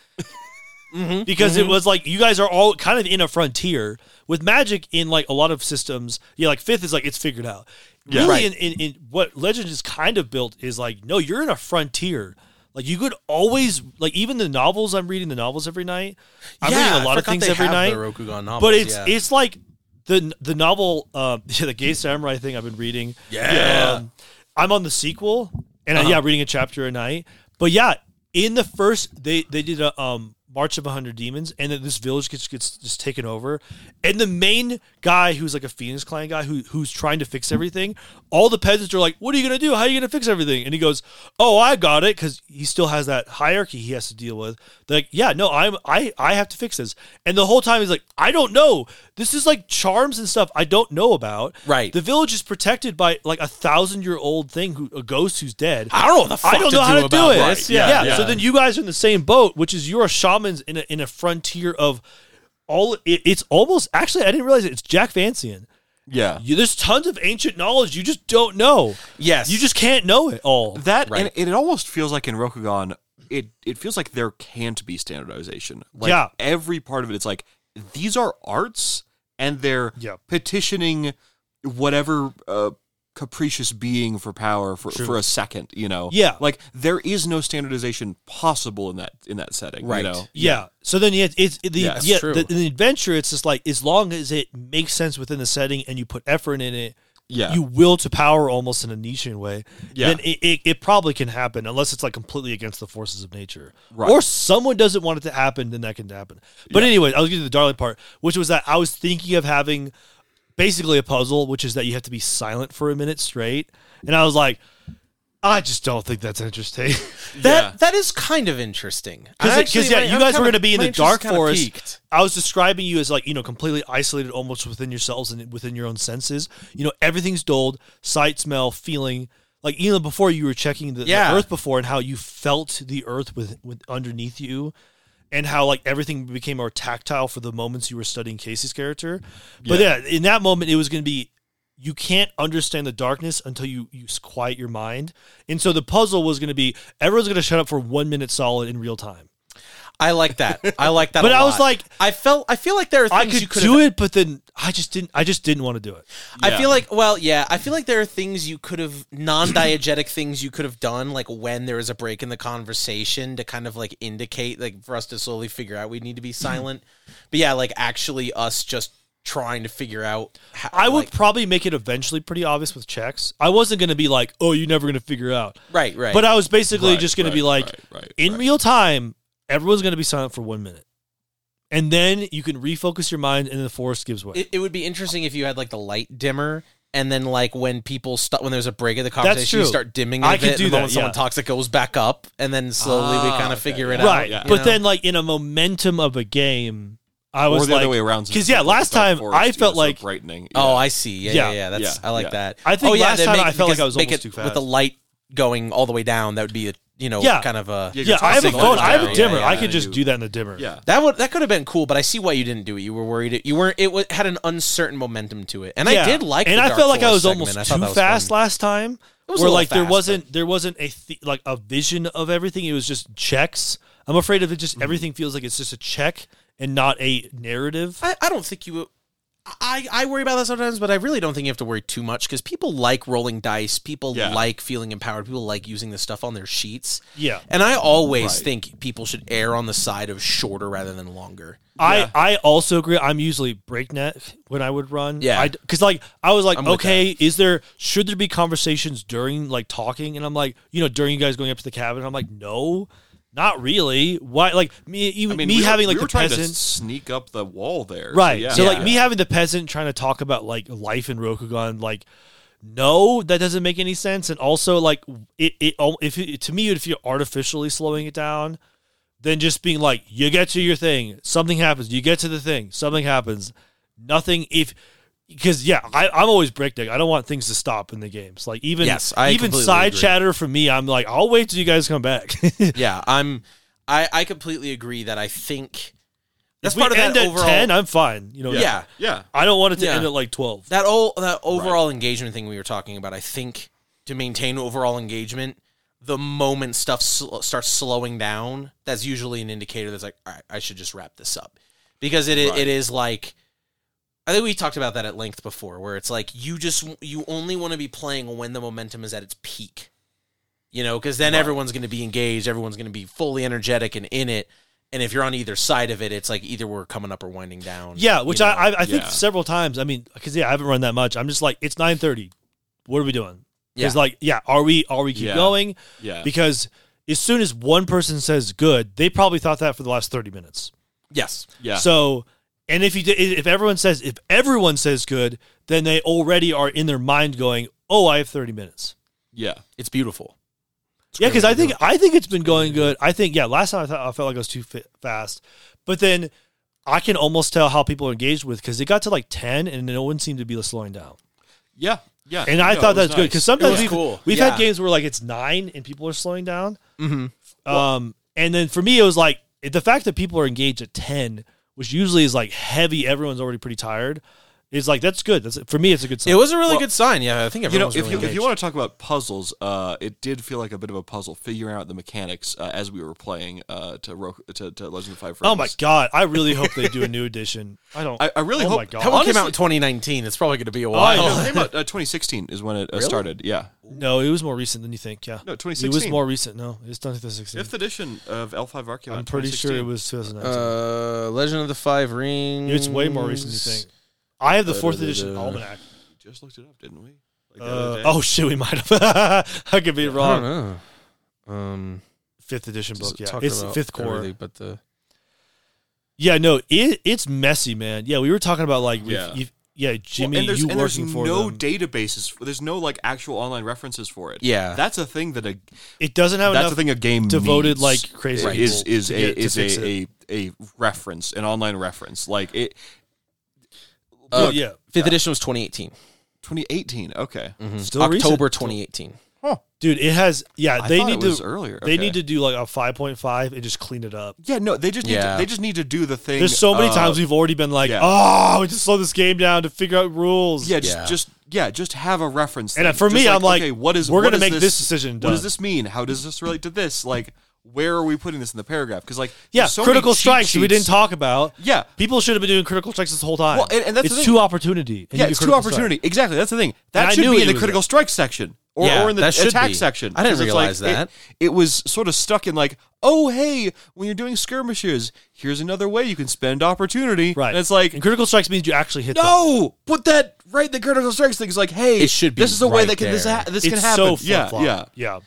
Speaker 3: Because
Speaker 2: Mm-hmm.
Speaker 3: it was like you guys are all kind of in a frontier with magic in like a lot of systems. Yeah, like fifth is like it's figured out. really,
Speaker 2: Right.
Speaker 3: in, in, in what Legend is kind of built is like no, you're in a frontier. Like you could always like even the novels I'm reading the novels every night. I'm
Speaker 2: yeah,
Speaker 3: reading a
Speaker 2: I
Speaker 3: lot of
Speaker 2: forgot
Speaker 3: things
Speaker 2: they
Speaker 3: every
Speaker 2: have
Speaker 3: night.
Speaker 2: The Rokugan novels,
Speaker 3: but it's
Speaker 2: yeah.
Speaker 3: it's like the the novel uh, yeah, the Gay Samurai thing I've been reading.
Speaker 2: Yeah.
Speaker 3: Um, I'm on the sequel, and I, yeah, I'm reading a chapter a night. But yeah, in the first, they they did a um, March of 100 Demons, and then this village gets gets just taken over. And the main guy, who's like a Phoenix Clan guy, who who's trying to fix everything, all the peasants are like, "What are you gonna do? How are you gonna fix everything?" And he goes, "Oh, I got it," because he still has that hierarchy he has to deal with. They're like, "Yeah, no, I'm I I have to fix this." And the whole time he's like, "I don't know. This is like charms and stuff I don't know about."
Speaker 2: Right.
Speaker 3: The the village is protected by like a thousand year old thing, who, a ghost who's dead.
Speaker 2: I don't know what the fuck
Speaker 3: I don't
Speaker 2: to
Speaker 3: know how
Speaker 2: do
Speaker 3: to do
Speaker 2: about
Speaker 3: it.
Speaker 2: this.
Speaker 3: Yeah,
Speaker 2: Yeah,
Speaker 3: So then you guys are in the same boat, which is you're shamans in a, in a frontier of all. It, it's almost actually I didn't realize it. It's Jack Vancian.
Speaker 1: yeah
Speaker 3: You, there's tons of ancient knowledge you just don't know.
Speaker 2: yes,
Speaker 3: You just can't know it all.
Speaker 1: that
Speaker 2: Right.
Speaker 1: and it almost feels like in Rokugan it it feels like there can't be standardization like
Speaker 3: Yeah.
Speaker 1: every part of it it's like these are arts and they're
Speaker 3: Yeah.
Speaker 1: petitioning whatever uh, capricious being for power for, for a second, you know.
Speaker 3: Yeah.
Speaker 1: Like there is no standardization possible in that in that setting,
Speaker 2: Right.
Speaker 1: you know.
Speaker 3: Yeah. So then, yeah, it's the
Speaker 1: Yeah,
Speaker 3: yeah,
Speaker 1: that's
Speaker 2: true.
Speaker 3: the, the adventure. It's just like as long as it makes sense within the setting and you put effort in it,
Speaker 1: Yeah.
Speaker 3: you will to power almost in a Nietzschean way.
Speaker 1: Yeah.
Speaker 3: Then it, it, it probably can happen unless it's like completely against the forces of nature,
Speaker 1: Right.
Speaker 3: or someone doesn't want it to happen. Then that can happen. But anyway, I'll get to the darling part, which was that I was thinking of having basically a puzzle, which is that you have to be silent for a minute straight, and I was like. I just don't think that's interesting.
Speaker 2: That
Speaker 1: Yeah.
Speaker 2: that is kind of interesting. I actually-
Speaker 3: Because yeah,
Speaker 2: my-
Speaker 3: you
Speaker 2: I'm
Speaker 3: guys were
Speaker 2: kinda-
Speaker 3: going to be in
Speaker 2: my
Speaker 3: the
Speaker 2: interest
Speaker 3: dark
Speaker 2: kinda
Speaker 3: forest.
Speaker 2: peaked.
Speaker 3: I was describing you as like you know completely isolated, almost within yourselves and within your own senses. You know everything's dulled: sight, smell, feeling. Like even before you were checking the, the
Speaker 2: Yeah.
Speaker 3: earth before and how you felt the earth with, with underneath you, and how like everything became more tactile for the moments you were studying Casey's character. But yeah, in that moment it was going to be you can't understand the darkness until you you s- quiet your mind. And so the puzzle was going to be everyone's going to shut up for one minute solid in real time.
Speaker 2: I like that. I like that.
Speaker 3: But
Speaker 2: a
Speaker 3: I was
Speaker 2: lot.
Speaker 3: like-
Speaker 2: I felt. I feel like there are
Speaker 3: I
Speaker 2: things
Speaker 3: could
Speaker 2: you could
Speaker 3: do it, but then I just didn't. I just didn't want to do it.
Speaker 2: I feel like, well, yeah, I feel like there are things you could have non-diegetic things you could have done, like when there is a break in the conversation to kind of like indicate, like for us to slowly figure out we need to be
Speaker 3: Mm-hmm.
Speaker 2: silent. but yeah, like actually us just trying to figure out. How,
Speaker 3: I would
Speaker 2: like-
Speaker 3: probably make it eventually pretty obvious with checks. I wasn't going to be like, "Oh, you're never going to figure out."
Speaker 2: right, right,
Speaker 3: But I was basically
Speaker 1: Right,
Speaker 3: just going
Speaker 1: right,
Speaker 3: to be like,
Speaker 1: right, right,
Speaker 3: in
Speaker 1: right.
Speaker 3: real time, everyone's going to be silent for one minute, and then you can refocus your mind, and the forest gives way.
Speaker 2: it, it would be interesting if you had like the light dimmer. And then, like when people stop, when there's a break in the conversation, you
Speaker 3: true.
Speaker 2: start dimming. It
Speaker 3: I
Speaker 2: a
Speaker 3: could
Speaker 2: bit,
Speaker 3: do
Speaker 2: and then
Speaker 3: that,
Speaker 2: When someone
Speaker 3: yeah.
Speaker 2: talks, it goes back up, and then slowly we
Speaker 1: Ah,
Speaker 2: kind of
Speaker 1: okay,
Speaker 2: figure it
Speaker 1: yeah.
Speaker 2: out.
Speaker 3: right,
Speaker 1: yeah.
Speaker 2: you
Speaker 3: but
Speaker 2: know?
Speaker 3: then like in a momentum of a game, I was
Speaker 1: or the
Speaker 3: like,
Speaker 1: other way around. since
Speaker 3: because yeah,
Speaker 1: it's
Speaker 3: last
Speaker 1: dark
Speaker 3: time
Speaker 1: forest, you
Speaker 3: I
Speaker 1: know,
Speaker 3: felt
Speaker 1: so
Speaker 3: like
Speaker 1: brightening.
Speaker 2: Oh,
Speaker 1: yeah.
Speaker 2: I see. Yeah,
Speaker 3: Yeah.
Speaker 2: yeah, yeah. That's
Speaker 1: Yeah,
Speaker 2: I like
Speaker 1: yeah.
Speaker 2: that.
Speaker 3: I think
Speaker 2: oh, yeah,
Speaker 3: last
Speaker 2: then
Speaker 3: time
Speaker 2: make-
Speaker 3: I felt like
Speaker 2: because
Speaker 3: I was
Speaker 2: make
Speaker 3: almost
Speaker 2: it
Speaker 3: too
Speaker 2: With the
Speaker 3: fast.
Speaker 2: light going all the way down, that would be a you know
Speaker 3: Yeah.
Speaker 2: kind of a
Speaker 1: Yeah,
Speaker 3: yeah, I have a
Speaker 1: tossing
Speaker 3: phone. I have a
Speaker 1: down,
Speaker 3: dimmer.
Speaker 2: yeah,
Speaker 3: I
Speaker 2: yeah.
Speaker 3: could just
Speaker 1: You-
Speaker 3: do that in the dimmer.
Speaker 1: yeah.
Speaker 2: That would that could have been cool, but I see why you didn't do it. You were worried. It, you weren't. It wa- had an uncertain momentum to it, and I
Speaker 3: Yeah.
Speaker 2: did like.
Speaker 3: and
Speaker 2: the
Speaker 3: I
Speaker 2: Dark
Speaker 3: felt like I
Speaker 2: Forest
Speaker 3: was
Speaker 2: segment. I
Speaker 3: almost
Speaker 2: thought
Speaker 3: too
Speaker 2: that was
Speaker 3: fast
Speaker 2: fun.
Speaker 3: last time.
Speaker 2: was a
Speaker 3: where
Speaker 2: little
Speaker 3: like there
Speaker 2: fast,
Speaker 3: wasn't there wasn't a th- like a vision of everything. It was just checks. I'm afraid of it.
Speaker 2: Mm-hmm.
Speaker 3: Just everything feels like it's just a check and not a narrative.
Speaker 2: I, I don't think you. I, I worry about that sometimes, but I really don't think you have to worry too much because people like rolling dice. People
Speaker 1: Yeah.
Speaker 2: like feeling empowered. People like using this stuff on their sheets.
Speaker 3: Yeah.
Speaker 2: And I always
Speaker 1: Right.
Speaker 2: think people should err on the side of shorter rather than longer.
Speaker 1: Yeah.
Speaker 3: I I also agree. I'm usually breakneck when I would run.
Speaker 2: Yeah.
Speaker 3: because like I was like,
Speaker 2: I'm with
Speaker 3: okay, is there should there be conversations during like talking? And I'm like, you know, during you guys going up to the cabin, I'm like, no, not really. Why? Like me, even
Speaker 1: I mean,
Speaker 3: me
Speaker 1: we were-
Speaker 3: having like
Speaker 1: we were
Speaker 3: the
Speaker 1: trying
Speaker 3: peasants.
Speaker 1: to sneak up the wall there.
Speaker 3: Right.
Speaker 1: So, yeah.
Speaker 3: So like
Speaker 1: yeah.
Speaker 3: me having the peasant trying to talk about like life in Rokugan, like no, that doesn't make any sense. And also like it, it al- if it, to me if you're artificially slowing it down, then just being like you get to your thing, something happens, you get to the thing, something happens, nothing if. Because yeah, I, I'm always breakneck. I don't want things to stop in the games. Like even
Speaker 2: Yes, I
Speaker 3: even
Speaker 2: completely
Speaker 3: side
Speaker 2: agree.
Speaker 3: chatter from me, I'm like, I'll wait till you guys come back.
Speaker 2: yeah, I'm. I I completely agree that I think that's
Speaker 3: If we
Speaker 2: part of
Speaker 3: end
Speaker 2: that
Speaker 3: at
Speaker 2: overall.
Speaker 3: ten. I'm fine. You know,
Speaker 2: Yeah.
Speaker 1: Yeah.
Speaker 3: I don't want it to
Speaker 2: Yeah.
Speaker 3: end at like twelve.
Speaker 2: that all that overall engagement thing we were talking about. I think to maintain overall engagement, the moment stuff sl- starts slowing down, that's usually an indicator that's like, all right, I should just wrap this up because it i-
Speaker 1: Right.
Speaker 2: it is like. I think we talked about that at length before, where it's like you just you only want to be playing when the momentum is at its peak. you know, because then everyone's going to be engaged, everyone's going to be fully energetic and in it. And if you're on either side of it, it's like either we're coming up or winding down.
Speaker 3: Yeah, which
Speaker 2: you know?
Speaker 3: I, I I think
Speaker 1: Yeah.
Speaker 3: several times. I mean, because yeah, I haven't run that much. I'm just like, it's nine thirty. What are we doing?
Speaker 2: Yeah.
Speaker 3: It's like, yeah, are we are we keep
Speaker 1: Yeah.
Speaker 3: going?
Speaker 1: Yeah.
Speaker 3: Because as soon as one person says good, they probably thought that for the last thirty minutes.
Speaker 2: yes,
Speaker 1: Yeah.
Speaker 3: So, and if you did- if everyone says if everyone says good, then they already are in their mind going, oh, I have thirty minutes.
Speaker 1: yeah.
Speaker 2: it's beautiful.
Speaker 3: Yeah, because I think I think it's been going good. I think yeah. Last time I thought I felt like I was too fi- fast, but then I can almost tell how people are engaged with because it got to like ten and no one seemed to be slowing down.
Speaker 1: Yeah. Yeah.
Speaker 3: And I
Speaker 1: No,
Speaker 3: thought
Speaker 1: it was
Speaker 3: that's good
Speaker 1: nice.
Speaker 3: because sometimes
Speaker 2: was
Speaker 3: we've,
Speaker 2: cool.
Speaker 3: we've
Speaker 2: Yeah.
Speaker 3: had games where like it's nine and people are slowing down.
Speaker 2: Mhm.
Speaker 1: Mm-hmm.
Speaker 3: Um, and then for me it was like the fact that people are engaged at ten, which usually is like heavy. Everyone's already pretty tired. is like that's good. That's for me. It's a good sign.
Speaker 2: It was a really
Speaker 1: Well,
Speaker 2: good sign. Yeah, I think everyone
Speaker 1: you know,
Speaker 2: was
Speaker 1: if
Speaker 2: really
Speaker 1: you if you
Speaker 2: engaged.
Speaker 1: want to talk about puzzles, uh, it did feel like a bit of a puzzle figuring out the mechanics uh, as we were playing uh, to, Ro- to to Legend of Five Rings.
Speaker 3: oh my god! I really hope they do a new edition. I don't.
Speaker 1: I, I really
Speaker 3: oh
Speaker 1: hope
Speaker 3: my god!
Speaker 2: that one came
Speaker 1: Honestly-
Speaker 2: out in 2019. It's probably going to be a
Speaker 1: I
Speaker 2: while.
Speaker 1: know,
Speaker 3: Oh.
Speaker 1: it came out, uh, 2016 is when it uh, started. Yeah,
Speaker 3: No, it was more recent than you think. Yeah.
Speaker 1: No,
Speaker 3: It was
Speaker 1: 2016.
Speaker 3: more recent. No, it's 2016.
Speaker 1: fifth edition of L5 Arc.
Speaker 3: I'm pretty sure it was 2019.
Speaker 2: Uh, Legend of the Five Rings.
Speaker 3: it's way more recent than you think. I have the fourth edition almanac.
Speaker 1: Just looked it up, didn't we? Like the other
Speaker 3: Uh,
Speaker 1: day?
Speaker 3: oh shit, we might have. I could be
Speaker 2: I
Speaker 3: wrong.
Speaker 2: don't know. Um,
Speaker 3: Fifth edition book.
Speaker 2: just
Speaker 3: Yeah,
Speaker 2: talking
Speaker 3: it's
Speaker 2: about
Speaker 3: fifth core.
Speaker 2: everything But the
Speaker 3: Yeah, no, it it's messy, man. Yeah, we were talking about like we've-
Speaker 1: Yeah.
Speaker 3: you've- yeah, Jimmy,
Speaker 1: Well, and there's,
Speaker 3: you
Speaker 1: and there's
Speaker 3: working for
Speaker 1: no
Speaker 3: them.
Speaker 1: databases. For, there's no like actual online references for it.
Speaker 2: Yeah.
Speaker 1: that's a thing that a
Speaker 3: it doesn't have
Speaker 1: that's a
Speaker 3: enough
Speaker 1: thing a game
Speaker 3: devoted
Speaker 1: needs.
Speaker 3: like crazy
Speaker 1: Right. is
Speaker 3: people
Speaker 1: is
Speaker 3: to
Speaker 1: a
Speaker 3: get- to
Speaker 1: is
Speaker 3: fix it.
Speaker 1: a, a a reference an online reference like it.
Speaker 3: Oh,
Speaker 2: Look,
Speaker 3: yeah,
Speaker 2: fifth edition was 2018.
Speaker 1: 2018. Okay,
Speaker 2: Mm-hmm.
Speaker 3: still
Speaker 2: October
Speaker 3: recent.
Speaker 2: 2018.
Speaker 3: dude. It has yeah.
Speaker 1: I
Speaker 3: They
Speaker 1: thought
Speaker 3: need
Speaker 1: it was
Speaker 3: to
Speaker 1: earlier.
Speaker 3: they
Speaker 1: Okay.
Speaker 3: need to do like a five point five and just clean it up.
Speaker 1: Yeah, no, they just need
Speaker 2: Yeah.
Speaker 1: to, they just need to do the thing.
Speaker 3: There's so many
Speaker 1: uh,
Speaker 3: times we've already been like,
Speaker 1: yeah.
Speaker 3: oh, we just slow this game down to figure out rules.
Speaker 1: Yeah, just,
Speaker 2: Yeah.
Speaker 1: just yeah, just have a reference.
Speaker 3: And
Speaker 1: thing.
Speaker 3: for
Speaker 1: Just
Speaker 3: me, I'm like,
Speaker 1: okay, what is
Speaker 3: we're
Speaker 1: what
Speaker 3: gonna
Speaker 1: is
Speaker 3: make this decision
Speaker 1: What does
Speaker 3: done.
Speaker 1: this mean? How does this relate to this? Like, where are we putting this in the paragraph? Because like,
Speaker 3: Yeah,
Speaker 1: there's so many
Speaker 3: critical
Speaker 1: cheat
Speaker 3: strikes we
Speaker 1: sheets.
Speaker 3: didn't talk about.
Speaker 1: Yeah.
Speaker 3: people should have been doing critical strikes this whole time.
Speaker 1: Well, and- and that's the
Speaker 3: it's
Speaker 1: thing.
Speaker 3: two opportunity. and
Speaker 1: Yeah,
Speaker 3: you
Speaker 1: it's
Speaker 3: do
Speaker 1: two
Speaker 3: critical strike.
Speaker 1: opportunity. Exactly. That's the thing.
Speaker 3: And I
Speaker 1: That should
Speaker 3: knew
Speaker 1: be
Speaker 3: it
Speaker 1: in the
Speaker 3: was
Speaker 1: critical
Speaker 3: that.
Speaker 1: strike section or,
Speaker 2: Yeah,
Speaker 1: or in the
Speaker 2: that should
Speaker 1: attack
Speaker 2: be.
Speaker 1: section.
Speaker 2: I didn't
Speaker 1: 'Cause it's
Speaker 2: realize
Speaker 1: like,
Speaker 2: that.
Speaker 1: It, it was sort of stuck in like, oh hey, when you're doing skirmishes, here's another way you can spend opportunity.
Speaker 3: Right,
Speaker 1: And it's like.
Speaker 3: and critical strikes means you actually hit. them.
Speaker 1: No, put that right. in The critical strikes thing is like, hey,
Speaker 2: It should be
Speaker 1: This is a way
Speaker 2: right
Speaker 1: that can this
Speaker 2: there.
Speaker 1: ha- this
Speaker 3: it's
Speaker 1: can happen.
Speaker 3: so
Speaker 1: yeah,
Speaker 3: flip-flop.
Speaker 1: yeah,
Speaker 3: yeah.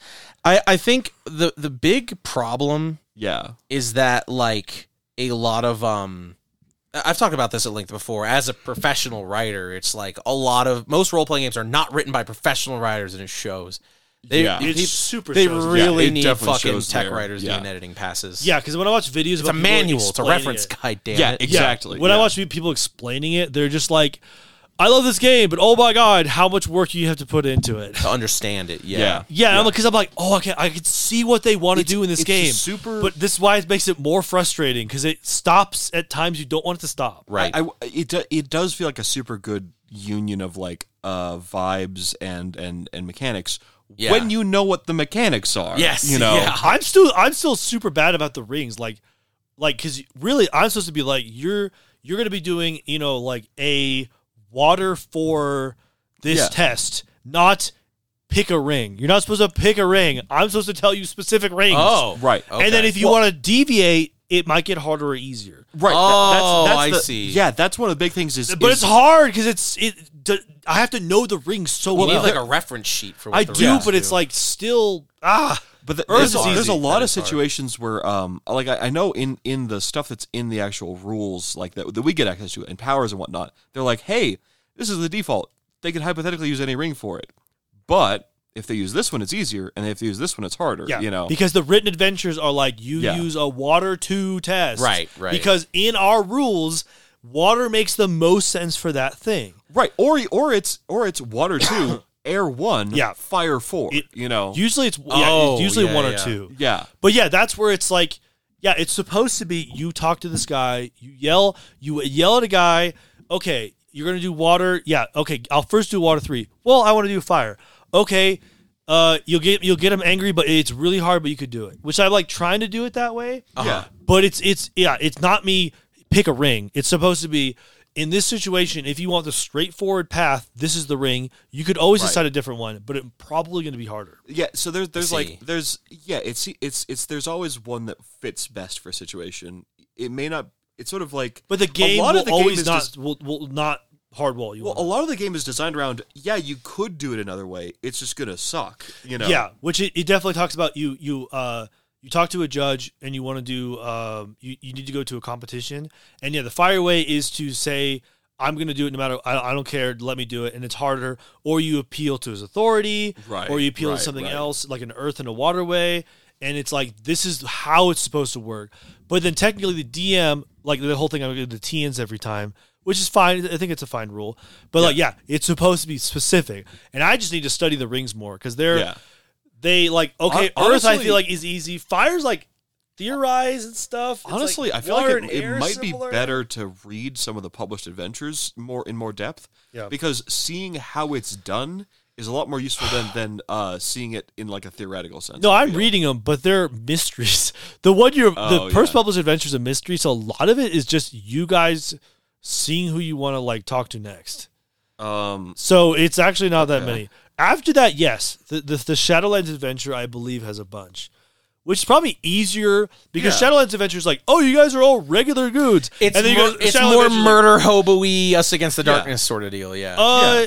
Speaker 2: I I think the the big problem
Speaker 1: yeah.
Speaker 2: is that like a lot of um I- I've talked about this at length before. As a professional writer, it's like a lot of most role playing games are not written by professional writers and it shows. They,
Speaker 1: Yeah.
Speaker 2: they-
Speaker 3: It's super
Speaker 2: They
Speaker 3: shows.
Speaker 2: really
Speaker 1: Yeah, it
Speaker 2: need
Speaker 1: definitely
Speaker 2: fucking
Speaker 1: shows
Speaker 2: tech
Speaker 1: there.
Speaker 2: writers
Speaker 1: Yeah.
Speaker 2: doing editing passes.
Speaker 3: Yeah, because when I watch videos,
Speaker 2: It's a manual. It's a reference guide, damn
Speaker 1: Yeah,
Speaker 2: it.
Speaker 1: ex- Exactly,
Speaker 3: When I
Speaker 1: yeah.
Speaker 3: watch people explaining it, they're just like, "I love this game, but oh my god, how much work you have to put into it."
Speaker 2: to understand it. Yeah.
Speaker 1: Yeah.
Speaker 3: Yeah, I'm because I'm like, oh, I can I can see what they want to
Speaker 1: It's-
Speaker 3: do in this
Speaker 1: it's
Speaker 3: game.
Speaker 1: just super-
Speaker 3: but this is why it makes it more frustrating because it stops at times you don't want it to stop.
Speaker 2: Right.
Speaker 1: I, I- it do- it does feel like a super good union of like uh vibes and and and mechanics
Speaker 2: Yeah.
Speaker 1: when you know what the mechanics are.
Speaker 2: Yes,
Speaker 1: you know.
Speaker 2: yeah.
Speaker 3: I'm still I'm still super bad about the rings, like like because really I'm supposed to be like you're you're gonna be doing you know like a water for this
Speaker 1: Yeah.
Speaker 3: test, not pick a ring. You're not supposed to pick a ring. I'm supposed to tell you specific rings.
Speaker 2: Oh.
Speaker 1: Right.
Speaker 2: Okay.
Speaker 3: and then if you want to deviate, it might get harder or easier.
Speaker 1: Right. that-
Speaker 2: Oh,
Speaker 1: that's, that's
Speaker 2: I
Speaker 1: the-
Speaker 2: see.
Speaker 1: Yeah, that's one of the big things. Is
Speaker 3: But
Speaker 1: is-
Speaker 3: it's hard because it's it. d- I have to know the rings so
Speaker 2: you
Speaker 3: well.
Speaker 2: need like a reference sheet for what
Speaker 3: I
Speaker 2: the
Speaker 3: do,
Speaker 2: rings
Speaker 3: but it's like still ah.
Speaker 1: But the,
Speaker 3: Earth is
Speaker 1: there's, a- there's
Speaker 3: easy.
Speaker 1: a lot
Speaker 2: That
Speaker 1: of
Speaker 2: is hard.
Speaker 1: situations where, um, like I, I know in in the stuff that's in the actual rules, like that that we get access to and powers and whatnot, they're like, hey, this is the default. They could hypothetically use any ring for it, but if they use this one, it's easier, and if they use this one, it's harder.
Speaker 3: Yeah,
Speaker 1: you know,
Speaker 3: because the written adventures are like you
Speaker 1: Yeah.
Speaker 3: use a water two test,
Speaker 2: Right, right.
Speaker 3: Because in our rules, water makes the most sense for that thing.
Speaker 1: right? Or or it's or it's water two, air one,
Speaker 3: Yeah.
Speaker 1: fire four.
Speaker 3: It-
Speaker 1: you know,
Speaker 3: Usually, it's, yeah,
Speaker 2: Oh,
Speaker 3: it's usually
Speaker 2: yeah,
Speaker 3: one or
Speaker 2: yeah.
Speaker 3: two.
Speaker 1: yeah,
Speaker 3: But yeah, that's where it's like, yeah, it's supposed to be you talk to this guy, you yell, you yell at a guy, okay, you're gonna do water, yeah, okay, I'll first do water three. Well, I want to do fire. Okay, uh, you'll get you'll get him angry, but it's really hard, but you could do it. Which I like trying to do it that way.
Speaker 2: Uh-huh.
Speaker 1: yeah.
Speaker 3: But it's it's yeah, it's not me pick a ring. It's supposed to be in this situation, if you want the straightforward path, this is the ring. You could always decide a different one, but it's probably going to be harder.
Speaker 1: Yeah, so there's there's
Speaker 2: see.
Speaker 1: like there's yeah, it's it's it's there's always one that fits best for a situation. It may not it's sort of like
Speaker 3: But the game
Speaker 1: a lot
Speaker 3: will
Speaker 1: of the
Speaker 3: always
Speaker 1: game is
Speaker 3: not
Speaker 1: des-
Speaker 3: will, will not hardwall you.
Speaker 1: well,
Speaker 3: on
Speaker 1: a lot of the game is designed around yeah, you could do it another way. It's just going to suck, you
Speaker 3: that.
Speaker 1: know.
Speaker 3: Yeah, which it, it definitely talks about you you uh you talk to a judge and you want to do um you, you need to go to a competition and yeah the fire way is to say I'm going to do it no matter I, I don't care let me do it and it's harder or you appeal to his authority
Speaker 1: Right,
Speaker 3: or you appeal
Speaker 1: right,
Speaker 3: to something
Speaker 1: right.
Speaker 3: else like an earth and a waterway and it's like this is how it's supposed to work but then technically the DM like the whole thing I'm going to do the TNs every time which is fine I think it's a fine rule but like yeah it's supposed to be specific and I just need to study the rings more because they're
Speaker 1: Yeah.
Speaker 3: they like okay
Speaker 1: Hon-
Speaker 3: earth i
Speaker 1: honestly-
Speaker 3: feel like is easy fire's like
Speaker 4: theorize and stuff. It's like
Speaker 1: Honestly, I feel
Speaker 4: water
Speaker 1: like
Speaker 4: and
Speaker 1: it, it
Speaker 4: air
Speaker 1: might
Speaker 4: similar.
Speaker 1: be better to read some of the published adventures more in more depth
Speaker 4: Yeah.
Speaker 1: because seeing how it's done is a lot more useful than than uh, seeing it in like a theoretical sense.
Speaker 3: No,
Speaker 1: I
Speaker 3: I'm
Speaker 1: feel.
Speaker 3: reading them, but they're mysteries. The one you're
Speaker 1: Oh,
Speaker 3: the first
Speaker 1: yeah.
Speaker 3: published adventures a mystery, so a lot of it is just you guys seeing who you want to like talk to next.
Speaker 1: Um,
Speaker 3: So it's actually not that
Speaker 1: Okay.
Speaker 3: many. After that, yes, the, the the Shadowlands adventure I believe has a bunch, which is probably easier because
Speaker 1: Yeah.
Speaker 3: Shadowlands adventure is like, oh, you guys are all regular dudes.
Speaker 2: It's
Speaker 3: you
Speaker 2: more,
Speaker 3: go to
Speaker 2: it's
Speaker 3: Shadowlands
Speaker 2: more
Speaker 3: Adventure's like,
Speaker 2: murder hobo-y, us against the
Speaker 1: Yeah.
Speaker 2: darkness sort of deal. Yeah.
Speaker 3: Uh,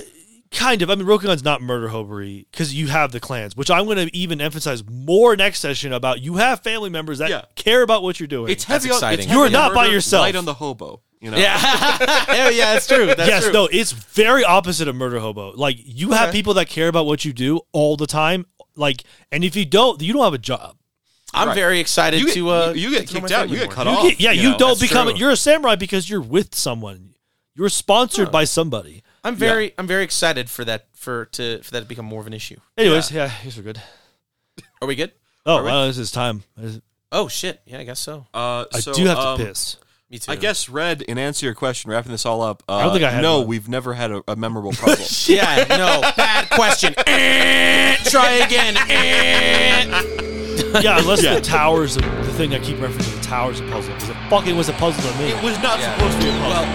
Speaker 3: kind of. I mean, Rokugan's not murder hobery because you have the clans, which I'm going to even emphasize more next session about. You have family members that
Speaker 1: Yeah.
Speaker 3: care about what you're doing.
Speaker 1: it's heavy. On,
Speaker 2: exciting.
Speaker 1: it's
Speaker 2: You are
Speaker 1: heavy on
Speaker 3: not by
Speaker 1: murder,
Speaker 3: yourself.
Speaker 1: Light on the hobo. You know.
Speaker 2: yeah. yeah. Yeah. That's true. That's
Speaker 3: yes,
Speaker 2: true.
Speaker 3: no, it's very opposite of murder hobo. Like you have people that care about what you do all the time. Like, and if you don't, you don't have a job.
Speaker 2: I'm
Speaker 1: Right.
Speaker 2: very excited
Speaker 1: You get,
Speaker 2: to. Uh,
Speaker 1: you, you get
Speaker 2: to throw my
Speaker 1: kicked out.
Speaker 2: family
Speaker 1: You get
Speaker 2: more.
Speaker 1: cut
Speaker 3: You
Speaker 1: off.
Speaker 3: get- yeah, you,
Speaker 1: know.
Speaker 3: don't
Speaker 2: That's
Speaker 3: become.
Speaker 2: true.
Speaker 3: You're a samurai because you're with someone. You're sponsored by somebody.
Speaker 2: I'm very. I'm very excited for that. For to for that to become more of an issue.
Speaker 3: Anyways, yeah, I guess we're good.
Speaker 2: Are we good?
Speaker 3: Oh,
Speaker 1: Are we-
Speaker 3: well, this is time. I
Speaker 2: Oh shit. Yeah, I guess so.
Speaker 1: Uh,
Speaker 3: I
Speaker 1: so,
Speaker 3: do have
Speaker 1: um,
Speaker 3: to piss.
Speaker 2: Me too.
Speaker 1: I guess Red, in answer to your question, wrapping this all up. Uh, I
Speaker 3: don't think I had
Speaker 1: No,
Speaker 3: one.
Speaker 1: we've never had a, a memorable problem.
Speaker 2: Yeah, no, bad question. Eh, Try again. Eh.
Speaker 3: Yeah, unless the towers, of, the thing I keep referencing, the towers of puzzle, because it fucking was a puzzle to me.
Speaker 1: it was not supposed to be a problem.